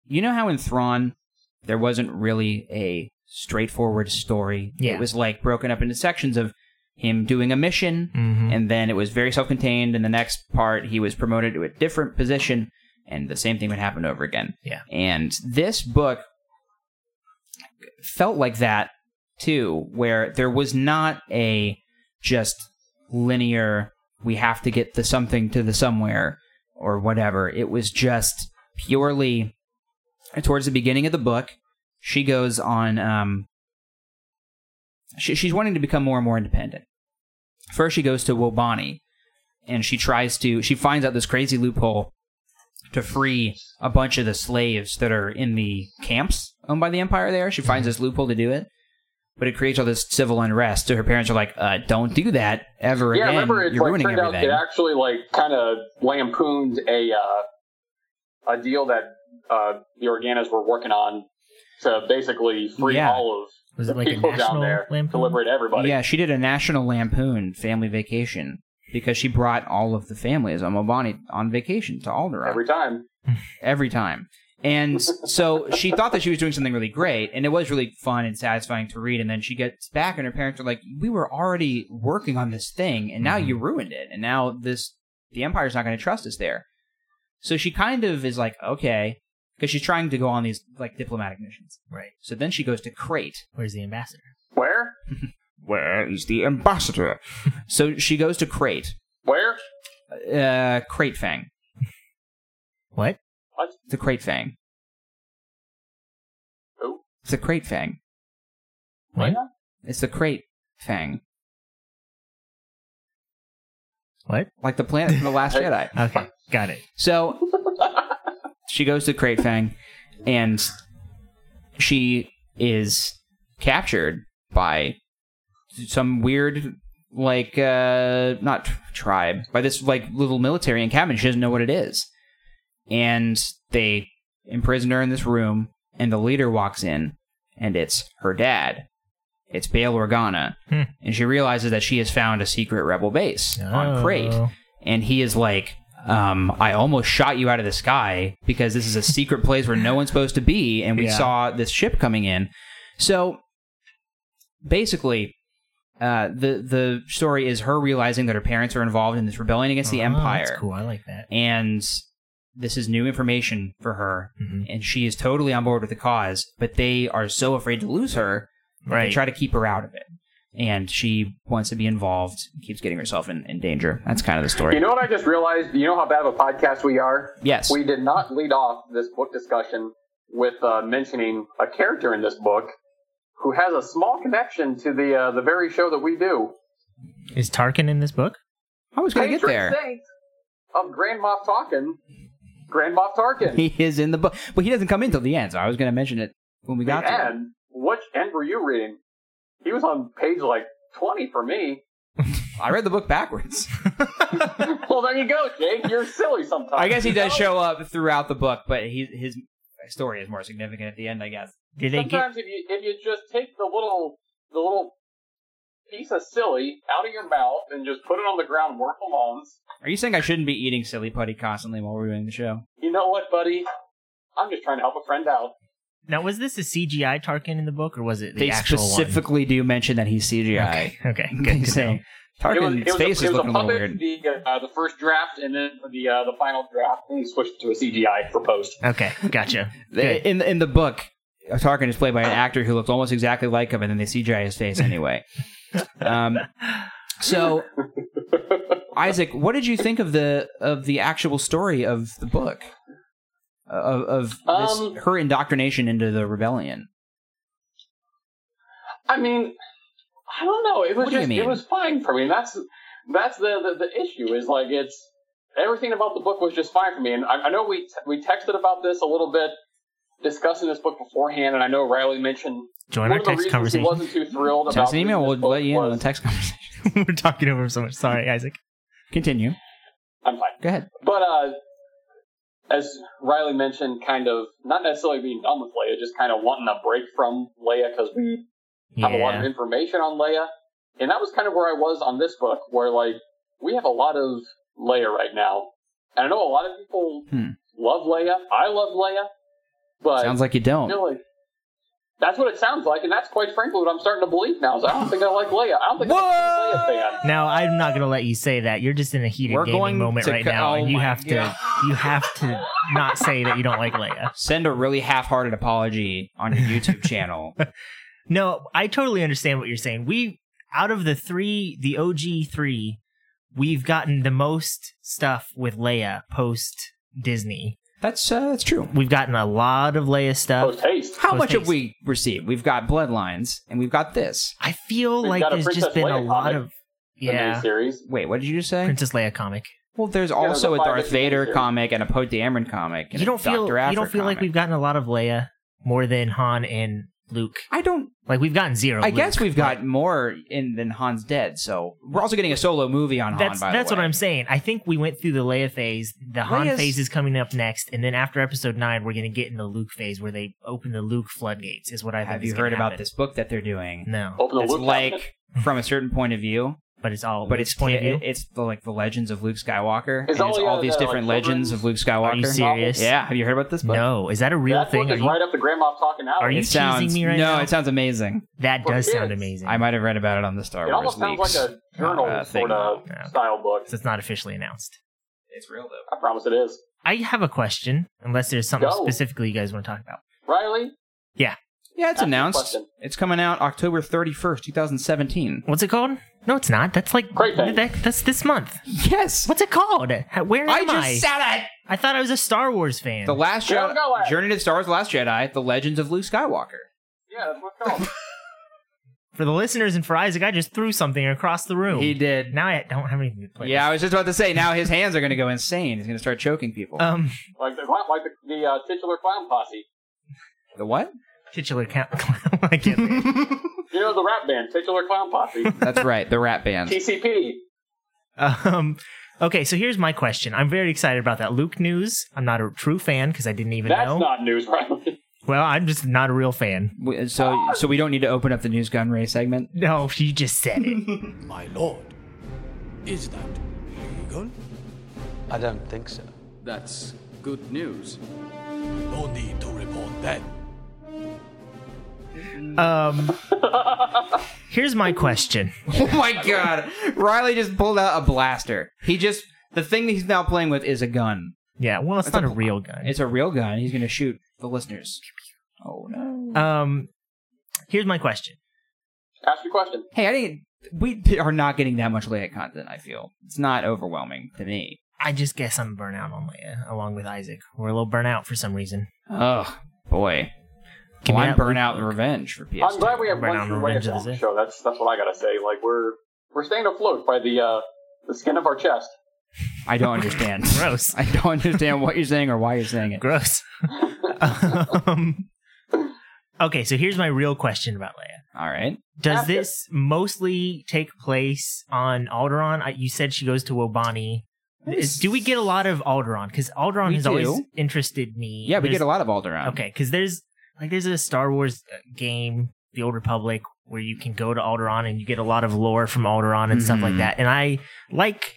You know how in Thrawn there wasn't really a straightforward story. Yeah. It was like broken up into sections of him doing a mission, Mhm. and then it was very self-contained. And the next part, he was promoted to a different position, and the same thing would happen over again. Yeah. And this book felt like that too, where there was not a just linear, we have to get the something to the somewhere or whatever. It was just purely towards the beginning of the book. She goes on, um, she, she's wanting to become more and more independent. First, she goes to Wobani and she tries to, she finds out this crazy loophole to free a bunch of the slaves that are in the camps owned by the empire there. She Mm-hmm. finds this loophole to do it, but it creates all this civil unrest. So her parents are like, uh, don't do that ever yeah, again. remember it You're like, ruining turned out everything. it actually like kind of lampooned a uh, a deal that uh, the Organas were working on to basically free Yeah. all of Was the it like a people down national there to lampoon? liberate everybody. Yeah, she did a national lampoon family vacation because she brought all of the families on Mobani on vacation to Alderaan Every time. every time. And so she thought that she was doing something really great, and it was really fun and satisfying to read. And then she gets back, and her parents are like, "We were already working on this thing, and now you ruined it, and now this the empire's not going to trust us there." So she kind of is like, "Okay," because she's trying to go on these like diplomatic missions. Right. So then she goes to Crate, Where's the ambassador? Where? Where is the ambassador? so she goes to Crate, Where? uh, Crate Fang, What? What? the Crate Fang, Who? it's the Crate Fang, What? Where? it's the Crate Fang, What? like the planet from the Last Hey. Jedi. Okay, got it. So she goes to Crate Fang, and she is captured by some weird, like, uh, not tr- tribe, by this like little military encampment. She doesn't know what it is, and they imprison her in this room. And the leader walks in, and it's her dad. It's Bail Organa, Hmm. and she realizes that she has found a secret rebel base on Crate Oh. and he is like um, I almost shot you out of the sky because this is a secret place where no one's supposed to be, and we Yeah. saw this ship coming in. So basically, uh, the the story is her realizing that her parents are involved in this rebellion against the Oh, empire, That's cool. I like that. and this is new information for her, Mhm. and she is totally on board with the cause. But they are so afraid to lose her they Right. try to keep her out of it, and she wants to be involved, keeps getting herself in, in danger. That's kind of the story. You know what I just realized? You know how bad of a podcast we are? Yes. We did not lead off this book discussion with uh, mentioning a character in this book who has a small connection to the uh, the very show that we do. Is Tarkin in this book? I was going to get Patron there. saint of Grand Moff Tarkin. Grand Moff Tarkin. He is in the book, but he doesn't come in till the end. So I was going to mention it when we got to it. and which end were you reading? He was on page like 20 for me. I read the book backwards. Well, there you go, Jake. You're silly sometimes. I guess he does show up throughout the book, but he, his story is more significant at the end. I guess. Did they get? Sometimes if you if you just take the little the little piece of silly out of your mouth and just put it on the ground and work alone, Are you saying I shouldn't be eating silly putty constantly while we're doing the show? you know what, buddy? I'm just trying to help a friend out. Now, was this a CGI Tarkin in the book, or was it the they actual specifically do mention that he's CGI. one? Okay. Good. to so know. It was, Tarkin's it was, face a, it is was looking a a little weird. puppet, the uh, the first draft, and then for the uh, the final draft, and he switched to a CGI for post. Okay. Gotcha. Good. In in the book, Tarkin is played by an actor who looks almost exactly like him, and then they CGI his face anyway. um, so, Isaac, what did you think of the of the actual story of the book? of, of this, Um, her indoctrination into the rebellion? I mean, I don't know. It was What do you just mean? it was fine for me. That's that's the, the the issue is like it's everything about the book was just fine for me. And I, I know we we texted about this a little bit, discussing this book beforehand. And I know Riley mentioned Join our one of the text reasons conversation. he wasn't too thrilled about Text an email. reading We'll this book let you in on the was- text conversation. We're talking over him so much. Sorry, Isaac. Continue. I'm fine. Go ahead. But uh, as Riley mentioned, kind of not necessarily being done with Leia, just kind of wanting a break from Leia because we have a lot of Yeah. information on Leia. And that was kind of where I was on this book, where like we have a lot of Leia right now. And I know a lot of people Hmm. love Leia. I love Leia. But Sounds like you don't. you know, like that's what it sounds like, and that's quite frankly what I'm starting to believe now. Is I don't think I like Leia. I don't think I'm a Leia fan. Now I'm not gonna let you say that. You're just in a heated We're gaming going moment to right co- now, oh and you my have God. to you have to not say that you don't like Leia. Send a really half-hearted apology on your YouTube channel. No, I totally understand what you're saying. We out of the three, the OG three, we've gotten the most stuff with Leia post Disney. That's uh, that's true. We've gotten a lot of Leia stuff. Post haste. How Those much things. have we received? We've got Bloodlines, and we've got this. I feel We've like got a there's just Princess been Leia a lot comic. of yeah, series. Wait, what did you just say? Princess Leia comic. well, there's there's also a a five Darth issue Vader series. comic and a Poe Dameron comic. And You a don't feel Dr. you don't Aphra feel like comic. we've gotten a lot of Leia more than Han and Luke. I don't. Like we've gotten zero. I guess Luke. we've got more in than Han's dead. So we're also getting a solo movie on That's Han. By that's the way. what I'm saying. I think we went through the Leia phase. The Han Leia's- phase is coming up next, and then after Episode Nine, we're gonna get in the Luke phase where they open the Luke floodgates. Is what I think Have is you gonna heard about happen. this book that they're doing? No, Open the It's Luke cabinet. like from a certain point of view, but it's all. but it's point of it- view. it's the, like the legends of Luke Skywalker, It's and it's all, yeah, all these the, like, different legends children's- of Luke Are you Skywalker. serious? Yeah, have you heard about this book? No, is that a real that thing? book Are is you- right up the Grandma talking out. Are you It sounds teasing me right no, now? it sounds amazing. that for does sound kids. amazing. I might have read about it on the Star It Wars almost sounds leaks. like a journal uh, thing. sort of Yeah. style book. So it's not officially announced. It's real though. I promise it is. I have a question, unless there's something Go. specifically you guys want to talk about. Riley, Yeah, it's Ask me a announced. question. It's coming out October 31st, 2017. What's it called? No, it's not. That's like Great Day. that, that's this month. Yes. What's it called? How- Where am I? I just said it. I thought I was a Star Wars fan. The Last We don't Jedi, know it. Journey to the Star Wars: The Last Jedi, The Legends of Luke Skywalker. yeah, that's what it's called. for the listeners and for Isaac, I just threw something across the room. He did. Now I don't have anything to play. Yeah, I was just about to say. Now his hands are going to go insane. He's going to start choking people. with. Um, like the like the, the uh, titular clown posse. the what? titular count. I can't. think. You know the rap band, titular clown posse. That's right. The Rat Band. TCP. um, okay, so here's my question. I'm very excited about that Luke news. I'm not a true fan because I didn't even That's know. not news, Riley. well, I'm just not a real fan. We- So, so we don't need to open up the news gun ray segment. No, you just said it. My lord, is that legal? I don't think so. That's good news. No need to report that. um, here's my question. Oh my god! Riley just pulled out a blaster. He just the thing that he's now playing with is a gun. Yeah, well, it's, not a, real gun. It's a real gun. He's going to shoot the listeners. Oh no! um, here's my question. Ask your question. Hey, I didn't. We are not getting that much Leia content. I feel it's not overwhelming to me. I just guess I'm burnt out on Leia, along with Isaac. We're a little burnt out for some reason. Oh boy! Give me well, I'm that burnout and revenge for PS. I'm glad we have Right one on true way Revenge of the about the Sith. show. That's that's what I gotta say. Like we're we're staying afloat by the uh, the skin of our chest. I don't understand. Gross. I don't understand what you're saying or why you're saying it. Gross. um, okay, so here's my real question about Leia. All right. Does Ask it. this mostly take place on Alderaan? I, you said she goes to Wobani. Is- Do we get a lot of Alderaan? Because Alderaan We has do. always interested me. Yeah, we There's- get a lot of Alderaan. Okay, because there's like there's a Star Wars uh, game, The Old Republic, where you can go to Alderaan and you get a lot of lore from Alderaan and stuff like Mhm. that. And I like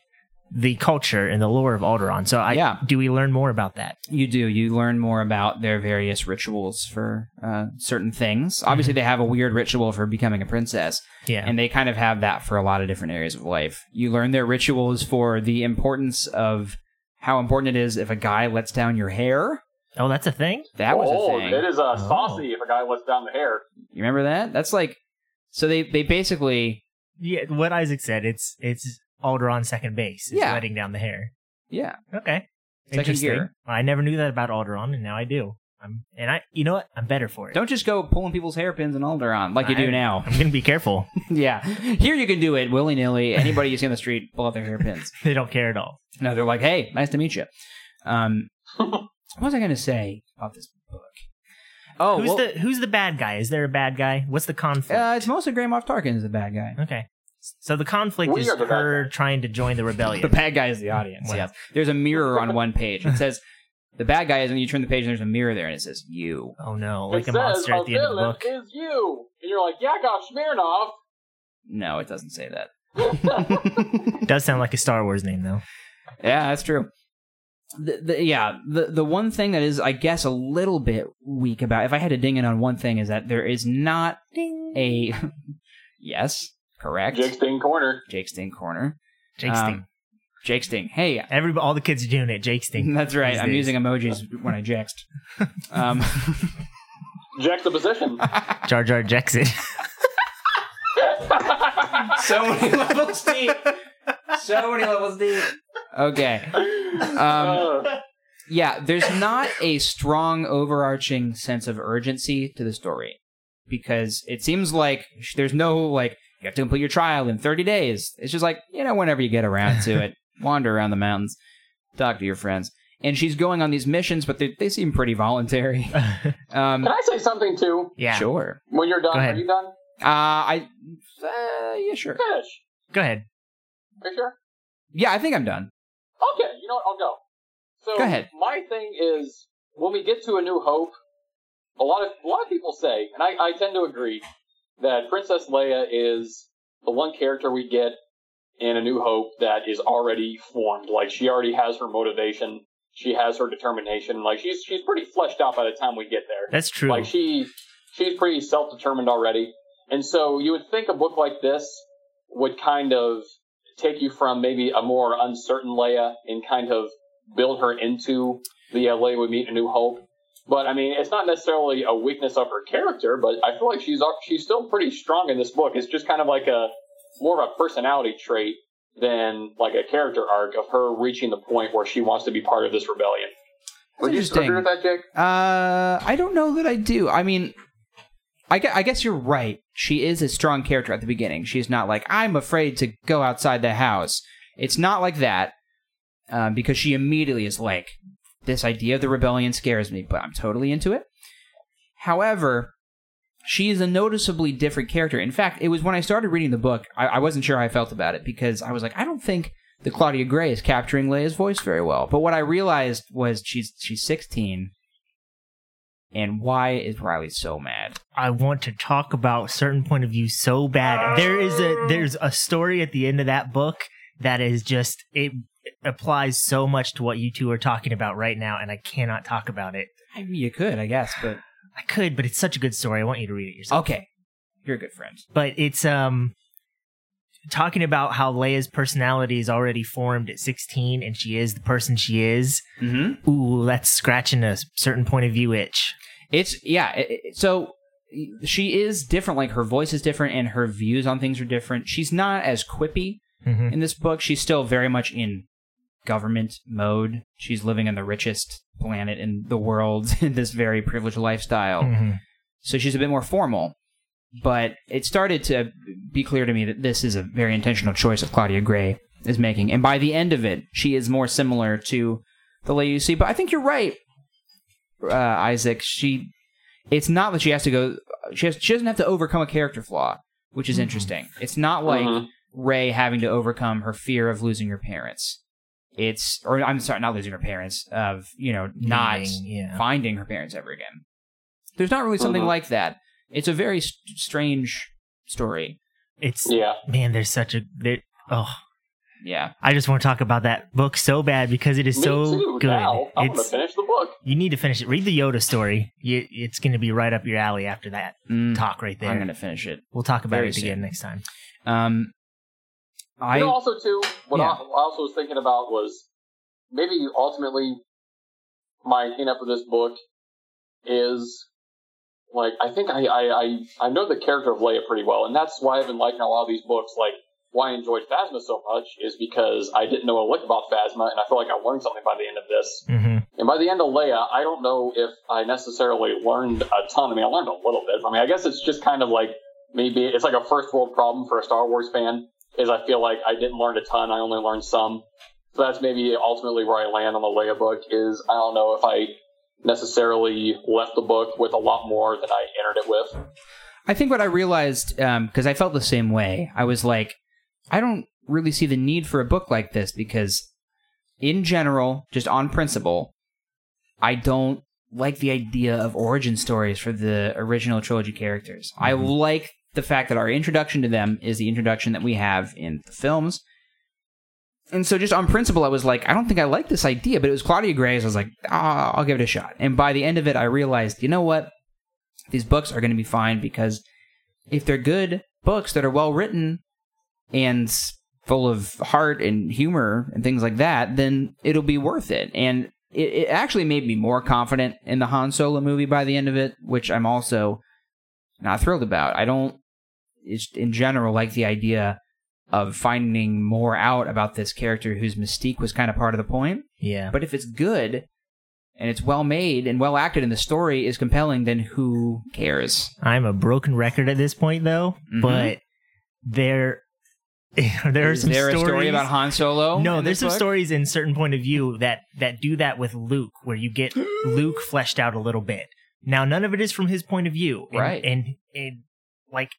the culture and the lore of Alderaan. So I Yeah. do we learn more about that? You do. You learn more about their various rituals for uh, certain things. Obviously, they have a weird ritual for becoming a princess, Yeah. and they kind of have that for a lot of different areas of life. You learn their rituals for the importance of how important it is if a guy lets down your hair. oh, that's a thing. That was oh, a thing. it is uh, saucy if a guy lets down the hair. You remember that? That's like so they they basically Yeah, what Isaac said. It's it's Alder on second base. It's Yeah. letting down the hair. yeah. Okay. Second Interesting. gear. I never knew that about Alderaan, and now I do. I'm, and I, you know what? I'm better for it. Don't just go pulling people's hairpins in Alderaan like you do I- now. I'm gonna be careful. yeah. Here you can do it willy nilly. Anybody you see on the street, pull out their hairpins. they don't care at all. No, they're like, hey, nice to meet you. Um, what was I going to say about this book? Oh, who's well, the Who's the bad guy? Is there a bad guy? What's the conflict? uh, it's mostly Grand Moff Tarkin is the bad guy. okay, so the conflict We is are the bad her trying to join the rebellion. The bad guy is the audience. Wow. Yes. There's a mirror on one page. It says the bad guy is, and you turn the page, and there's a mirror there, and it says you. oh no! It Like a says, monster "A at the end of the villain book. is you, and you're like, Yakov Smirnov. No, it doesn't say that. Does sound like a Star Wars name though. Yeah, that's true. The, the, yeah, the the one thing that is, I guess, a little bit weak about, if I had to ding it on one thing, is that there is not a yes, correct, Jake Sting Corner. Jake Sting corner, Jake Um, Sting. Jake Sting. Hey, Every all the kids are doing it. Jake Sting. that's right. These I'm days. using emojis when I jexed. Um, Juxtaposition. Jar Jar Jackson. so many levels deep. So many levels deep. Okay. Um, Uh, yeah, there's not a strong overarching sense of urgency to the story because it seems like sh- there's no like you have to complete your trial in 30 days. It's just like, you know, whenever you get around to it, wander around the mountains, talk to your friends. And she's going on these missions, but they, they seem pretty voluntary. Um, can I say something too? yeah. Sure. When you're done, Go ahead. are you done? Uh, I, uh, yeah, sure. Finish. Go ahead. Are you sure? Yeah, I think I'm done. Okay, you know what? I'll go. So Go ahead. my thing is when we get to A New Hope, a lot of a lot of people say, and I, I tend to agree, that Princess Leia is the one character we get in A New Hope that is already formed. Like she already has her motivation, she has her determination. Like she's she's pretty fleshed out by the time we get there. That's true. Like she, she's pretty self-determined already, and so you would think a book like this would kind of take you from maybe a more uncertain Leia and kind of build her into the uh, Leia we meet in A New Hope. But I mean, it's not necessarily a weakness of her character, but I feel like she's up- she's still pretty strong in this book. It's just kind of like a more of a personality trait than like a character arc of her reaching the point where she wants to be part of this rebellion. That's Would you interesting. agree with that, Jake? Uh, I don't know that I do. I mean, I guess, I guess you're right. She is a strong character at the beginning. She's not like I'm afraid to go outside the house. It's not like that uh, because she immediately is like, "This idea of the rebellion scares me, but I'm totally into it." However, she is a noticeably different character. In fact, it was when I started reading the book, I, I wasn't sure how I felt about it because I was like, I don't think the Claudia Gray is capturing Leia's voice very well. But what I realized was she's she's 16, and why is Riley so mad? I want to talk about certain point of view so bad. There is a there's a story at the end of that book that is just it applies so much to what you two are talking about right now, and I cannot talk about it. I mean, you could, I guess, but I could, but it's such a good story. I want you to read it yourself. okay, you're a good friend. But it's um talking about how Leia's personality is already formed at 16 and she is the person she is. Mm-hmm. Ooh, that's scratching a certain point of view itch. It's yeah. It, it- so she is different. Like her voice is different, and her views on things are different. She's not as quippy Mm-hmm. in this book. She's still very much in government mode. She's living on the richest planet in the world in this very privileged lifestyle. So she's a bit more formal. But it started to be clear to me that this is a very intentional choice that Claudia Gray is making. And by the end of it, she is more similar to the lady you see. But I think you're right, uh, Isaac. She, it's not that she has to go. She has, she doesn't have to overcome a character flaw, which is interesting. It's not like Mhm. Ray having to overcome her fear of losing her parents. It's or I'm sorry, not losing her parents. Of you know, not Leaving, yeah. finding her parents ever again. There's not really something Mhm. like that. It's a very s strange story. It's Yeah. man, there's such a there. Oh, Yeah. I just want to talk about that book so bad because it is Me so too. good. Now I'm gonna It's finish the book. you need to finish it. Read the Yoda story. You, it's going to be right up your alley after that Mm, talk right there. I'm gonna finish it. we'll talk about very it again soon. next time. Um, I you know, also too, what Yeah. I I also was thinking about was maybe ultimately my cleanup of this book is like I think I, I I I know the character of Leia pretty well, and that's why I've been liking a lot of these books. Like why I enjoyed Phasma so much is because I didn't know a lick about Phasma, and I feel like I learned something by the end of this. Mm-hmm. And by the end of Leia, I don't know if I necessarily learned a ton. I mean, I learned a little bit. I mean, I guess it's just kind of like maybe it's like a first world problem for a Star Wars fan. Is I feel like I didn't learn a ton. I only learned some. So that's maybe ultimately where I land on the Leia book. Is I don't know if I necessarily left the book with a lot more than I entered it with. I think what I realized, because I felt the same way, I was like, I don't really see the need for a book like this because, in general, just on principle, I don't like the idea of origin stories for the original trilogy characters. I like the fact that our introduction to them is the introduction that we have in the films. And so, just on principle, I was like, I don't think I like this idea, but it was Claudia Gray's. I was like, ah, I'll give it a shot. And by the end of it, I realized, you know what? these books are going to be fine because if they're good books that are well written and full of heart and humor and things like that, then it'll be worth it. And it, it actually made me more confident in the Han Solo movie by the end of it, which I'm also not thrilled about. I don't, it's in general, like the idea of finding more out about this character whose mystique was kind of part of the point. Yeah. But if it's good and it's well made and well acted and the story is compelling, then who cares? I'm a broken record at this point, though. Mhm. But there, there are is some there stories. a story about Han Solo? no, in there's this some book? stories in certain point of view that that do that with Luke, where you get Luke fleshed out a little bit. Now, none of it is from his point of view, and, Right. And and like,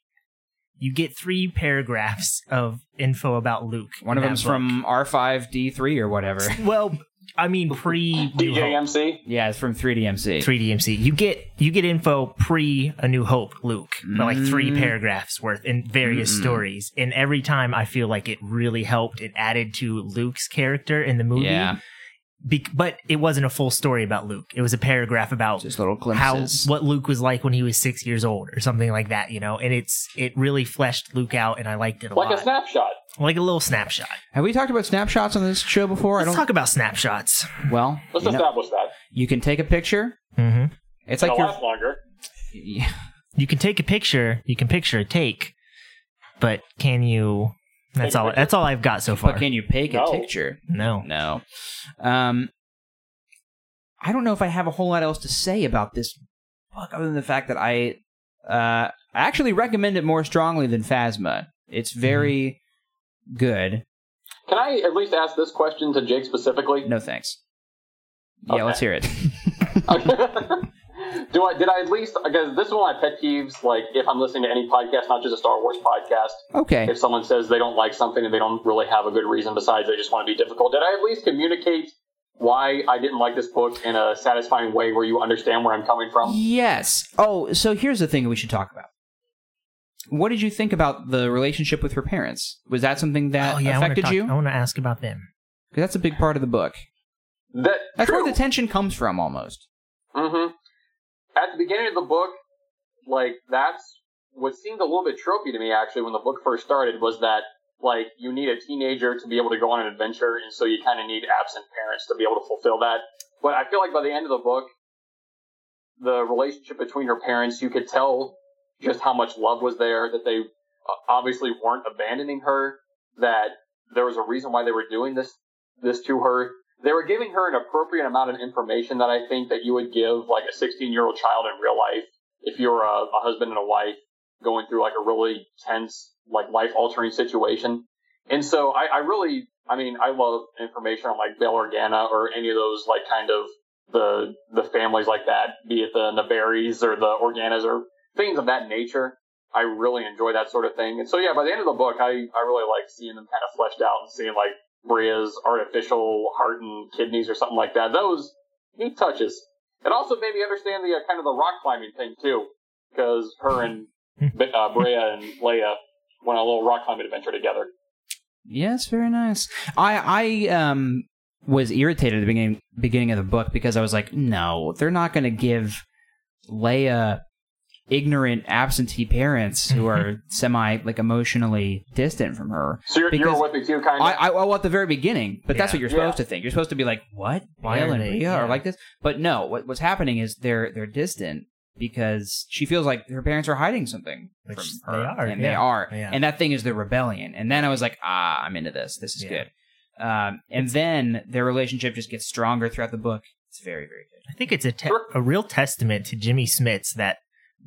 you get three paragraphs of info about Luke. One in of that them's book. from R5D3 or whatever. well, I mean pre New Hope. DJMC. yeah, it's from 3DMC. 3DMC. You get you get info pre A New Hope, Luke, but like three Mm. paragraphs worth in various Mm-mm. stories. And every time I feel like it really helped. It added to Luke's character in the movie. Yeah, Be- but it wasn't a full story about Luke. It was a paragraph about just little how glimpses. what Luke was like when he was six years old or something like that. You know, and it's it really fleshed Luke out, and I liked it a Like lot. a snapshot. like a little snapshot. Have we talked about snapshots on this show before? Let's I don't. talk about snapshots. well, Let's you, know, establish that. you can take a picture. hmm It's like It'll your. last longer. Yeah. you can take a picture, you can picture a take, but can you? That's Take a all. picture? That's all I've got so far. But can you take No. a picture? no. No. Um, I don't know if I have a whole lot else to say about this book other than the fact that I, uh, I actually recommend it more strongly than Phasma. It's Mm-hmm. very good. Can I at least ask this question to Jake specifically? No thanks. Yeah, Okay. let's hear it. Do I did I at least because this is one of my pet peeves. Like if I'm listening to any podcast, not just a Star Wars podcast, okay. if someone says they don't like something and they don't really have a good reason besides they just want to be difficult, did I at least communicate why I didn't like this book in a satisfying way where you understand where I'm coming from? Yes. Oh, so here's the thing we should talk about. What did you think about the relationship with her parents? Was that something that oh yeah, affected I wanna you? talk- I 'Cause want to ask about them. that's a big part of the book. That That's where the tension comes from, almost. Mm-hmm. At the beginning of the book, like that's what seemed a little bit tropey to me actually when the book first started was that like you need a teenager to be able to go on an adventure, and so you kind of need absent parents to be able to fulfill that. But I feel like by the end of the book, the relationship between her parents, you could tell just how much love was there that they uh, obviously weren't abandoning her. That there was a reason why they were doing this this to her. They were giving her an appropriate amount of information that I think that you would give like a 16 year old child in real life if you were a, a husband and a wife going through like a really tense, like life altering situation. And so I, I really, I mean, I love information on like Bail Organa or any of those like kind of the the families like that, be it the Nabaris or the Organas or things of that nature. I really enjoy that sort of thing. And so yeah, by the end of the book, I I really like seeing them kind of fleshed out and seeing like Bria's artificial heart and kidneys or something like that. Those neat touches. It also made me understand the uh, kind of the rock climbing thing too, because her and Hmm. B- uh, Brea and Leia went on a little rock climbing adventure together. Yes, very nice. I I um was irritated at the beginning beginning of the book because I was like, no, they're not going to give Leia ignorant absentee parents who are semi like emotionally distant from her. So you're, Because- you're with me too, kind of. I, I well at the very beginning, but that's Yeah. what you're Yeah. supposed to think. You're supposed to be like, what? Why Bail are and they- Rhea yeah. are like this? But no, what, what's happening is they're they're distant because she feels like her parents are hiding something Which from they her, are, and they yeah, are, yeah. and that thing is the rebellion. And then I was like, ah, I'm into this. This is Yeah. good. Um, and then their relationship just gets stronger throughout the book. It's very, very good. I think it's a te- a real testament to Jimmy Smits that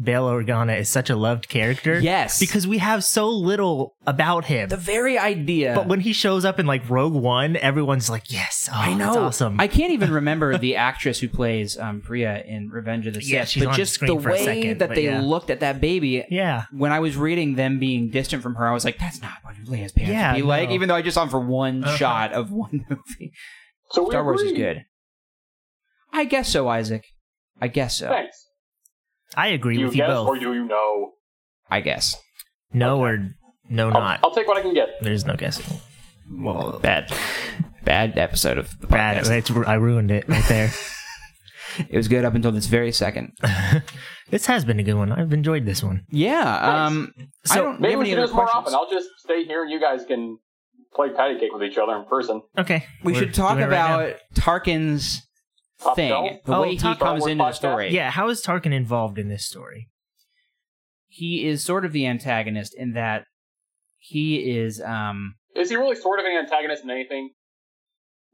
Bail Organa is such a loved character. Yes. because we have so little about him. The very idea. but when he shows up in like Rogue One, everyone's like, "Yes, oh, I know, that's awesome." I can't even remember the actress who plays um, Priya in Revenge of the Sith. Yeah, she's but on just screen the for a way second, that but they yeah. looked at that baby. yeah, When I was reading them being distant from her, I was like, "That's not what Leia's parents Yeah, would be like." no. Even though I just saw them for one Uh-huh. shot of one movie, So we Star Wars is agree. good. I guess so, Isaac. I guess so. Thanks. I agree Do you with you guess or both. do you know? I guess. no or no, I'll, not. I'll take what I can get. There's no guessing. Well, bad, bad episode of the Bad. podcast. It's, I ruined it right there. It was good up until this very second. this has been a good one. I've enjoyed this one. Yeah. Um. I So, don't Maybe have we any should do other this more questions. often. I'll just stay here and you guys can play patty cake with each other in person. Okay, We we're should talk doing it right now. about Tarkin's Top thing, shelf? the Oh, way he Tarkin. comes Star into the Wars podcast? story. yeah. How is Tarkin involved in this story? he is sort of the antagonist in that he is um Is he really sort of an antagonist in anything?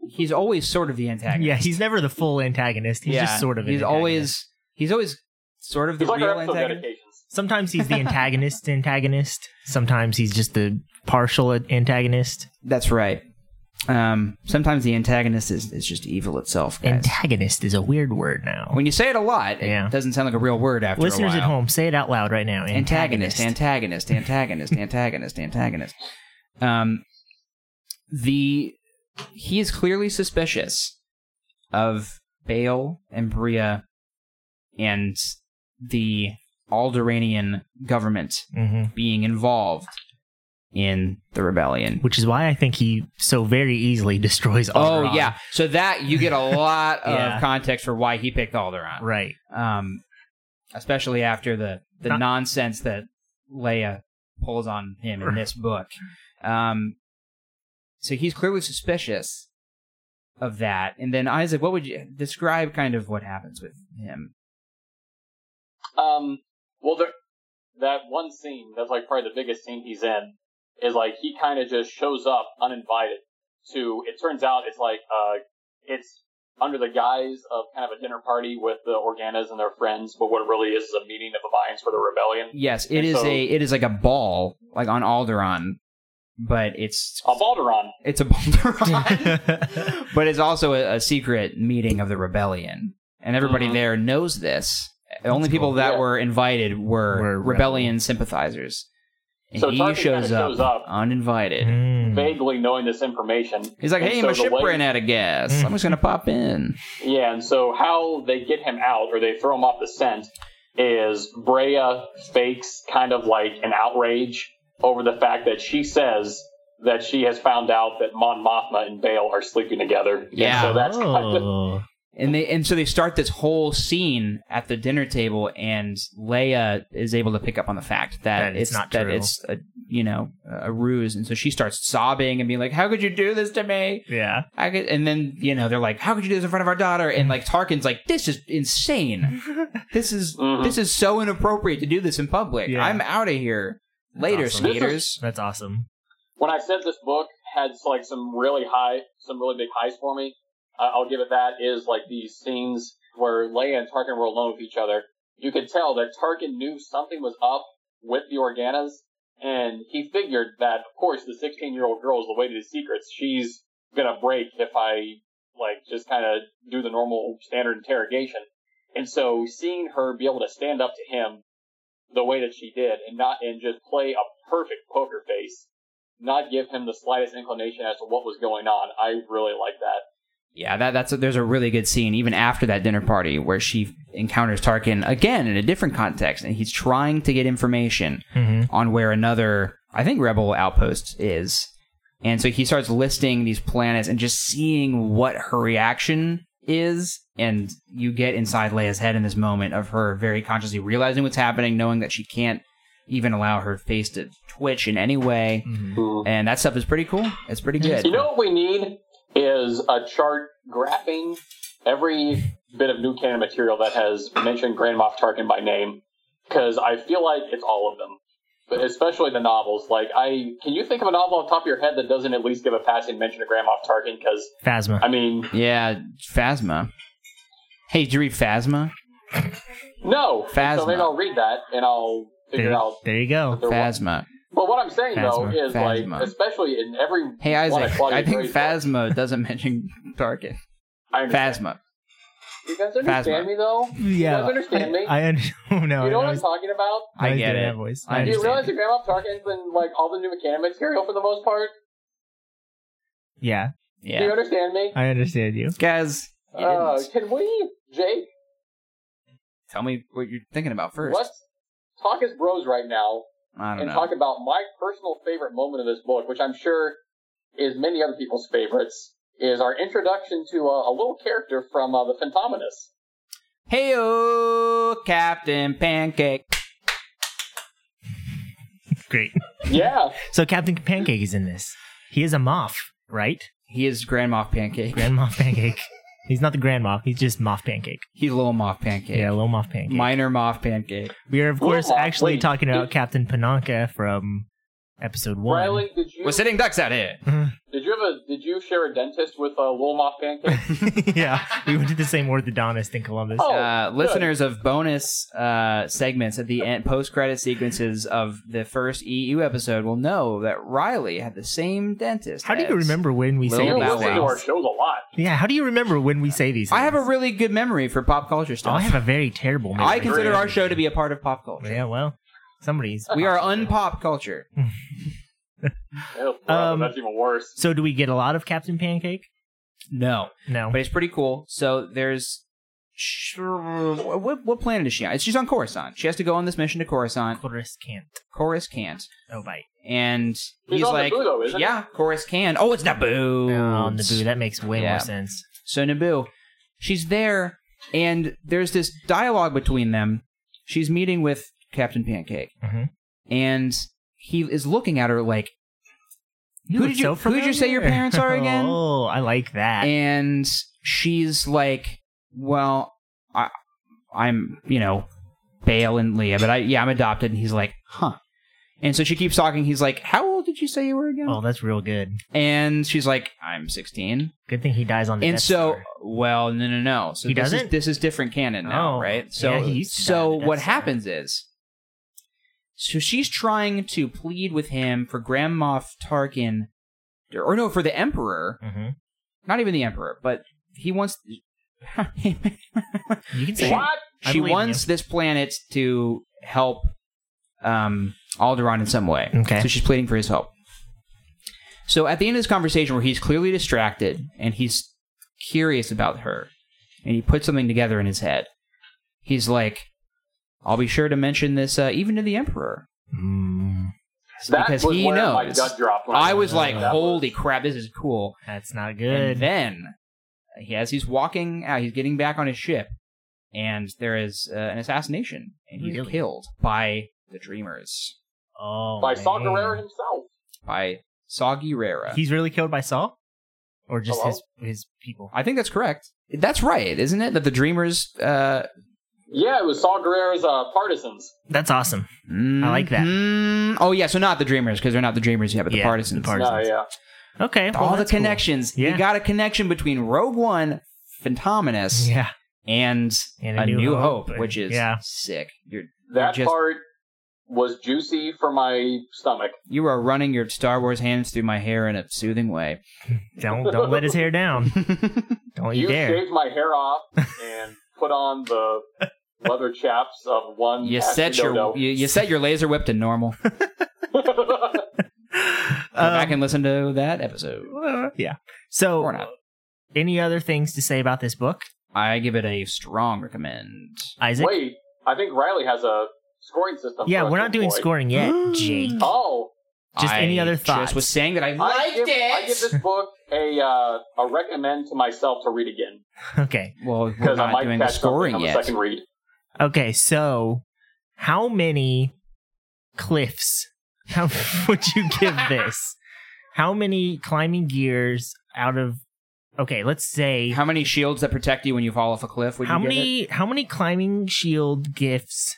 he's always sort of the antagonist. Yeah, he's never the full antagonist. He's Yeah, just sort of. an he's antagonist. always he's always sort of the He's like real our episode antagonist. dedications. Sometimes he's the antagonist antagonist. Sometimes he's just the partial antagonist. That's right. Um, sometimes the antagonist is, is just evil itself. Guys. Antagonist is a weird word now. when you say it a lot, it Yeah. doesn't sound like a real word after Listeners a at while. home, say it out loud right now. antagonist, antagonist, antagonist, antagonist, antagonist. Um, the he is clearly suspicious of Baal and Bria and the Alderanian government Mhm. being involved in the rebellion. Which is why I think he so very easily destroys. Alderaan. Oh yeah, so that you get a lot Yeah. of context for why he picked Alderaan, right. um, especially after the the Not- nonsense that Leia pulls on him in this book. Um, so he's clearly suspicious of that. And then Isaac, what would you describe kind of what happens with him? Um, well, there, that one scene that's like probably the biggest scene he's in is like he kind of just shows up uninvited to. It turns out it's like uh, it's under the guise of kind of a dinner party with the Organas and their friends, but what it really is is a meeting of the minds for the rebellion. Yes, it And is so- a it is like a ball like on Alderaan, but it's A Uh, Balderon. it's a Balderon, but it's also a, a secret meeting of the rebellion, and everybody Mhm. there knows this. The only people that Yeah. were invited were, Were rebellion sympathizers, and So he Tarkin shows kinda up, shows up. uninvited. Mm. Vaguely knowing this information, Hmm. He's like, And "Hey, so my the Mm-hmm. ship way- ran out of gas. Mm. I'm just gonna pop in." Yeah, and so how they get him out or they throw him off the scent is Brea fakes kind of like an outrage over the fact that she says that she has found out that Mon Mothma and Bail are sleeping together. Yeah. And so that's kind of- Oh. And they and so they start this whole scene at the dinner table, and Leia is able to pick up on the fact that, That it's not that true. it's a, you know a ruse, and so she starts sobbing and being like, "How could you do this to me?" Yeah. I could, and then you know they're like, "How could you do this in front of our daughter?" And like Tarkin's like, "This is insane. this is Mhm. this is so inappropriate to do this in public. Yeah. I'm out of here later, awesome. This is- skaters." That's awesome. when I said this book had like some really high, some really big highs for me, I I'll give it that is like these scenes where Leia and Tarkin were alone with each other. You could tell that Tarkin knew something was up with the Organas, and he figured that, of course, the 16 year old girl is the way to the secrets. She's gonna break if I like just kind of do the normal standard interrogation. And so seeing her be able to stand up to him the way that she did, and not and just play a perfect poker face not give him the slightest inclination as to what was going on. I really like that. Yeah, that, that's a, there's a really good scene even after that dinner party where she encounters Tarkin again in a different context, and he's trying to get information Mhm. on where another, I think, rebel outpost is, and so he starts listing these planets and just seeing what her reaction is, and you get inside Leia's head in this moment of her very consciously realizing what's happening, knowing that she can't even allow her face to twitch in any way, Mm-hmm. and that stuff is pretty cool. It's pretty good. You know what we need is a chart graphing every bit of new canon material that has mentioned Grand Moff Tarkin by name because I feel like it's all of them, but especially the novels. Like, I can you think of a novel on top of your head that doesn't at least give a passing mention of Grand Moff Tarkin? Because Phasma. I mean, Yeah, Phasma. Hey, did you read Phasma? no. Phasma. So maybe I'll read that and I'll figure there, out. there you go. there was- Phasma. But what I'm saying Phasma. though is Phasma. like, especially in every Hey, one of Isaac, Claudia I think Gray's books, Phasma doesn't mention Tarkin. I understand. Phasma. You guys Phasma. understand me though? Yeah. You guys understand me? I, I under- oh, no, you I know what I'm was- talking about? I I was get doing that it. voice. I I Do you understand. realize that Grandma Tarkin's in like all the new canon material for the most part? Yeah, Do you Yeah. understand me? I understand you. Guys, you Uh, didn't. can we, Jake? tell me what you're thinking about 1st Let's talk as bros right now I don't and know. talk about my personal favorite moment of this book, which I'm sure is many other people's favorites. Is our introduction to uh, a little character from uh, the Phantominus. Hey, Captain Pancake. Great. Yeah, So Captain Pancake is in this. He is a moth, right? He is Grand Moff Pancake. Grand Moff Pancake. He's not the Grand Moff. He's just Moff Pancake. He's Little Moff Pancake. Yeah, Little Moff Pancake. Minor Moff Pancake. we are of course Little Moff, actually wait. talking about Captain Pananka from episode one. Riley, did you We're sitting ducks out here. did you have a did you share a dentist with uh, Lil Moff Pancake? yeah, we went to the same orthodontist in Columbus. Oh, uh, good. listeners of bonus uh, segments at the end, post-credit sequences of the first EU episode will know that Riley had the same dentist. how do you as- remember when we say you Little these Bow listen to Wow. things? our shows a lot. Yeah, how do you remember when we say these? I have a things? really good memory for pop culture Oh, stuff. I have a very terrible. Memory. I consider our show to be a part of pop culture. Yeah, well, somebody's. We are unpop culture. Ew, brother, Um, that's even worse. So do we get a lot of Captain Pancake? No, No. but it's pretty cool. So there's. sh- What, what planet is she on? She's on Coruscant. She has to go on this mission to Coruscant. Chorus can't. Corus can't. Oh, bite. And he's, on like, Naboo, though, isn't he? yeah, Corus can. Oh, it's Naboo. Oh, Naboo. That makes way Yeah. more sense. So Naboo, she's there, and there's this dialogue between them. She's meeting with Captain Pancake, Mhm. and he is looking at her like, Who look did you- so who did you say your familiar. parents are again? oh, I like that. and she's like, "Well, I, I'm, you know, Bale and Leah, but I, yeah, I'm adopted." And he's like, "Huh." And so she keeps talking. He's like, "How old did you say you were again?" oh, that's real good. And she's like, "I'm 16." Good thing he dies on the and Death so Star. well no no no so He this doesn't? is this is different canon now Oh, right so yeah, he used to die so on the Death what Star. happens is so she's trying to plead with him for Grand Moff Tarkin or no for the emperor Mhm. not even the emperor but he wants you can say What? I she believe in wants this planet to help um, Alderaan in some way. Okay. So she's pleading for his help. So at the end of this conversation, where he's clearly distracted and he's curious about her, and he puts something together in his head, he's like, "I'll be sure to mention this uh, even to the Emperor." you. Mm, That because was he where knows. my gut dropped when I was like, that was- "Holy crap, this is cool!" that's not And good. then, uh, he, as he's walking out, he's getting back on his ship, and there is uh, an assassination, and he's Really? killed by the Dreamers, oh, by man. Saw Gerrera himself. by Soggy Rara. He's really killed by Saul, or just Hello? his his people. I think that's correct. That's right, isn't it? That the Dreamers. Uh, Yeah, it was Saw Gerrera's uh, partisans. That's awesome. I like that. mhm. Oh yeah, so not the Dreamers because they're not the Dreamers yet, but the Yeah, Partisans. the Partisans. No, yeah. Okay, well, All the that's cool. connections. Yeah. You got a connection between Rogue One, Phantominus, Yeah, and, And A New Hope, and- which is yeah. sick. You're That just- part was juicy for my stomach. you are running your Star Wars hands through my hair in a soothing way. don't don't let his hair down. Don't you, You dare. shaved my hair off and put on the leather chaps of one. You nasty set your dodo. you, you set your laser whip to normal. Go Um, back and listen to that episode. Uh, yeah. Or So, not. any other things to say about this book, I give it a strong recommend. Isaac? Wait, I think Riley has a scoring system. yeah, for us we're to not doing employ. scoring yet, Jake. Oh, Just any I other thoughts? Just was saying that I I liked give, it. I give this book a uh, a recommend to myself to read again Okay. well, we're because I not might doing the catch scoring something on the yet. second read. Okay, so how many cliffs how would you give this? How many climbing gears out of okay, let's say how, How many shields that protect you when you fall off a cliff? Would you give it? many how many climbing shield gifts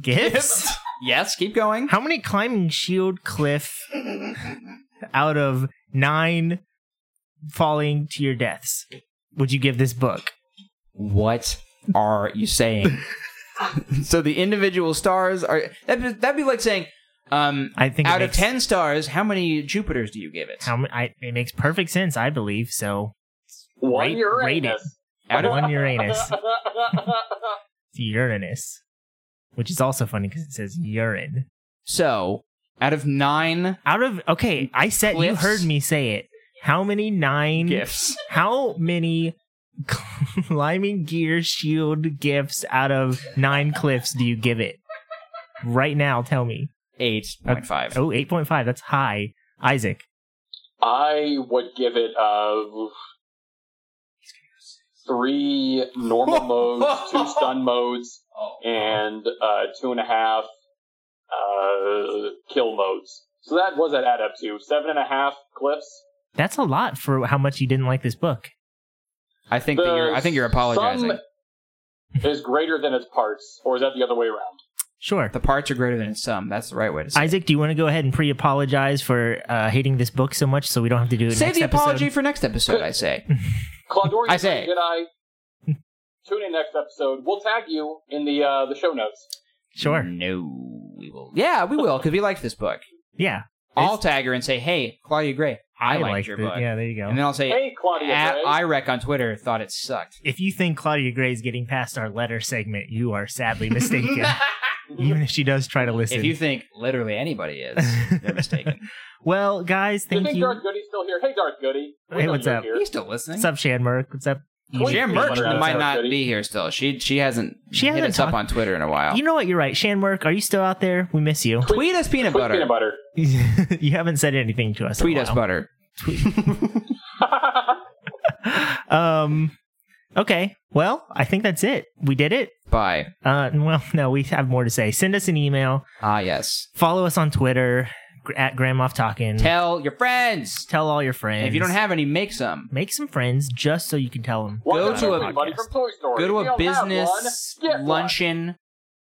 gifts? Yes, keep going. how many climbing shield cliff out of 9 falling to your deaths would you give this book? What are you saying? so the individual stars are that'd be, that'd be like saying, um, I think it out makes- of ten stars, how many Jupiters do you give it? How ma- I, it makes perfect sense, I believe. So One Rate- Uranus. rate it. out of one Uranus, to Uranus, which is also funny because it says urine. so out of nine Out of okay, I said you Cliffs. heard me say it. How many nine? gifts, How many climbing gear shield gifts out of nine cliffs do you give it? Right now, tell me. eight point five. Oh, 8.5. That's high. Isaac, I would give it uh, three normal modes, two stun modes, and uh, two and a half uh, kill modes. So that was that add up to seven and a half clips. that's a lot for how much you didn't like this book. I think that you're, I think you're apologizing. Sum is greater than its parts, or is that the other way around? Sure. The parts are greater than its sum. That's the right way to say. it. Isaac, do you want to go ahead and pre apologize for uh, hating this book so much so we don't have to do it Save next the apology episode? for next episode. I say. Claudorian I say. Jedi. Tune in next episode. We'll tag you in the uh, the show notes. Sure. No, we will. Yeah, we will because we like this book. Yeah. I'll tag her and say, "Hey, Claudia Gray, I, liked your the- book." Yeah, there you go. And then I'll say, Hey, Claudia at Gray. IREC on Twitter thought it sucked. if you think Claudia Gray is getting past our letter segment, you are sadly mistaken. Even if she does try to listen. If you think literally anybody is, you're mistaken. well, guys, Do you thank think you. Darth Goody's still here? Hey, Darth Goody. We Hey, know what's you're up? Here. He's still listening. What's up, Shan Merck? What's up? Jam Birch Please, might Darth not Goody. be here still. She she hasn't She hit hasn't us up talked- on Twitter in a while. You know what? You're right. Shan Merck, are you still out there? We miss you. tweet us peanut Quick butter. peanut butter. you haven't said anything to us. in a Tweet us while. butter. Um, okay. Well, I think that's it. We did it. Bye. Uh, well, no, we have more to say. Send us an email. Ah yes. Follow us on Twitter gr- at Grand Moff Talking. Tell your friends. Tell all your Mm. friends. And if you don't have any, make some. make some friends just so you can tell them. Why Go not to a- everybody from Toy Story. Go to If you a don't have business one, get one. luncheon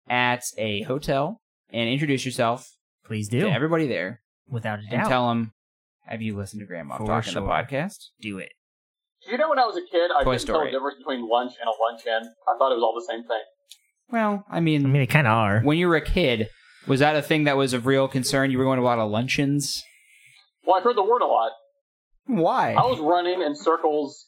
at a hotel and introduce yourself Please to do. everybody there. Without a and doubt, tell them, "Have you listened to Grandma For talking the sure. podcast?" do it. You know, when I was a kid, I Toy couldn't tell Story. the difference between lunch and a luncheon. I thought it was all the same thing. Well, I I mean, mean, they kind of are. when you were a kid, was that a thing that was of real concern? You were going to a lot of luncheons. Well, I heard the word a lot. Why? I Oh, was running in circles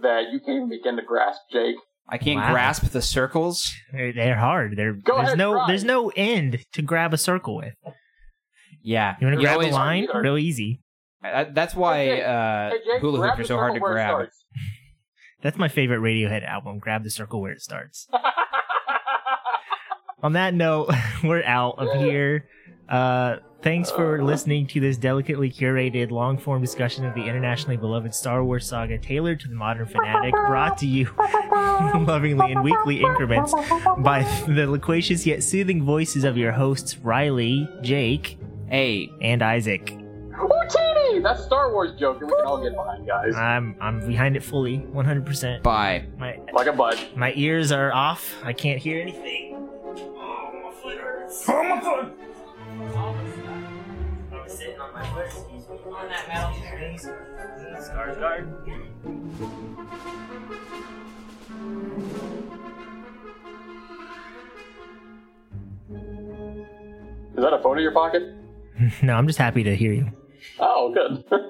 that you can't even begin to grasp, Jake. I can't Wow. grasp the circles. They're, they're hard. They're, Go there's ahead, no try. there's no end to grab a circle with. Yeah, You want to grab always- a line? either. Real easy. that- that's why Hey, Jake. uh, Hey, Jake, hula grab hoops are the so hard circle to where it grab. starts. That's my favorite Radiohead album. Grab the circle where it starts. On that note, we're out of here. Uh, thanks for listening to this delicately curated, long form discussion of the internationally beloved Star Wars saga tailored to the modern fanatic, brought to you lovingly in weekly increments by the loquacious yet soothing voices of your hosts, Riley, Jake, Hey, and Isaac. Hootini! That's a Star Wars joke, and we can all get behind, guys. I'm, I'm behind it fully, 100%. bye. My, Like a bud. my ears are off. I can't hear anything. Oh, my foot hurts. Oh, my foot! I'm sitting on my foot. On that metal chair. Skarsgård. Is that a phone in your pocket? No, I'm just happy to hear you. Oh, good.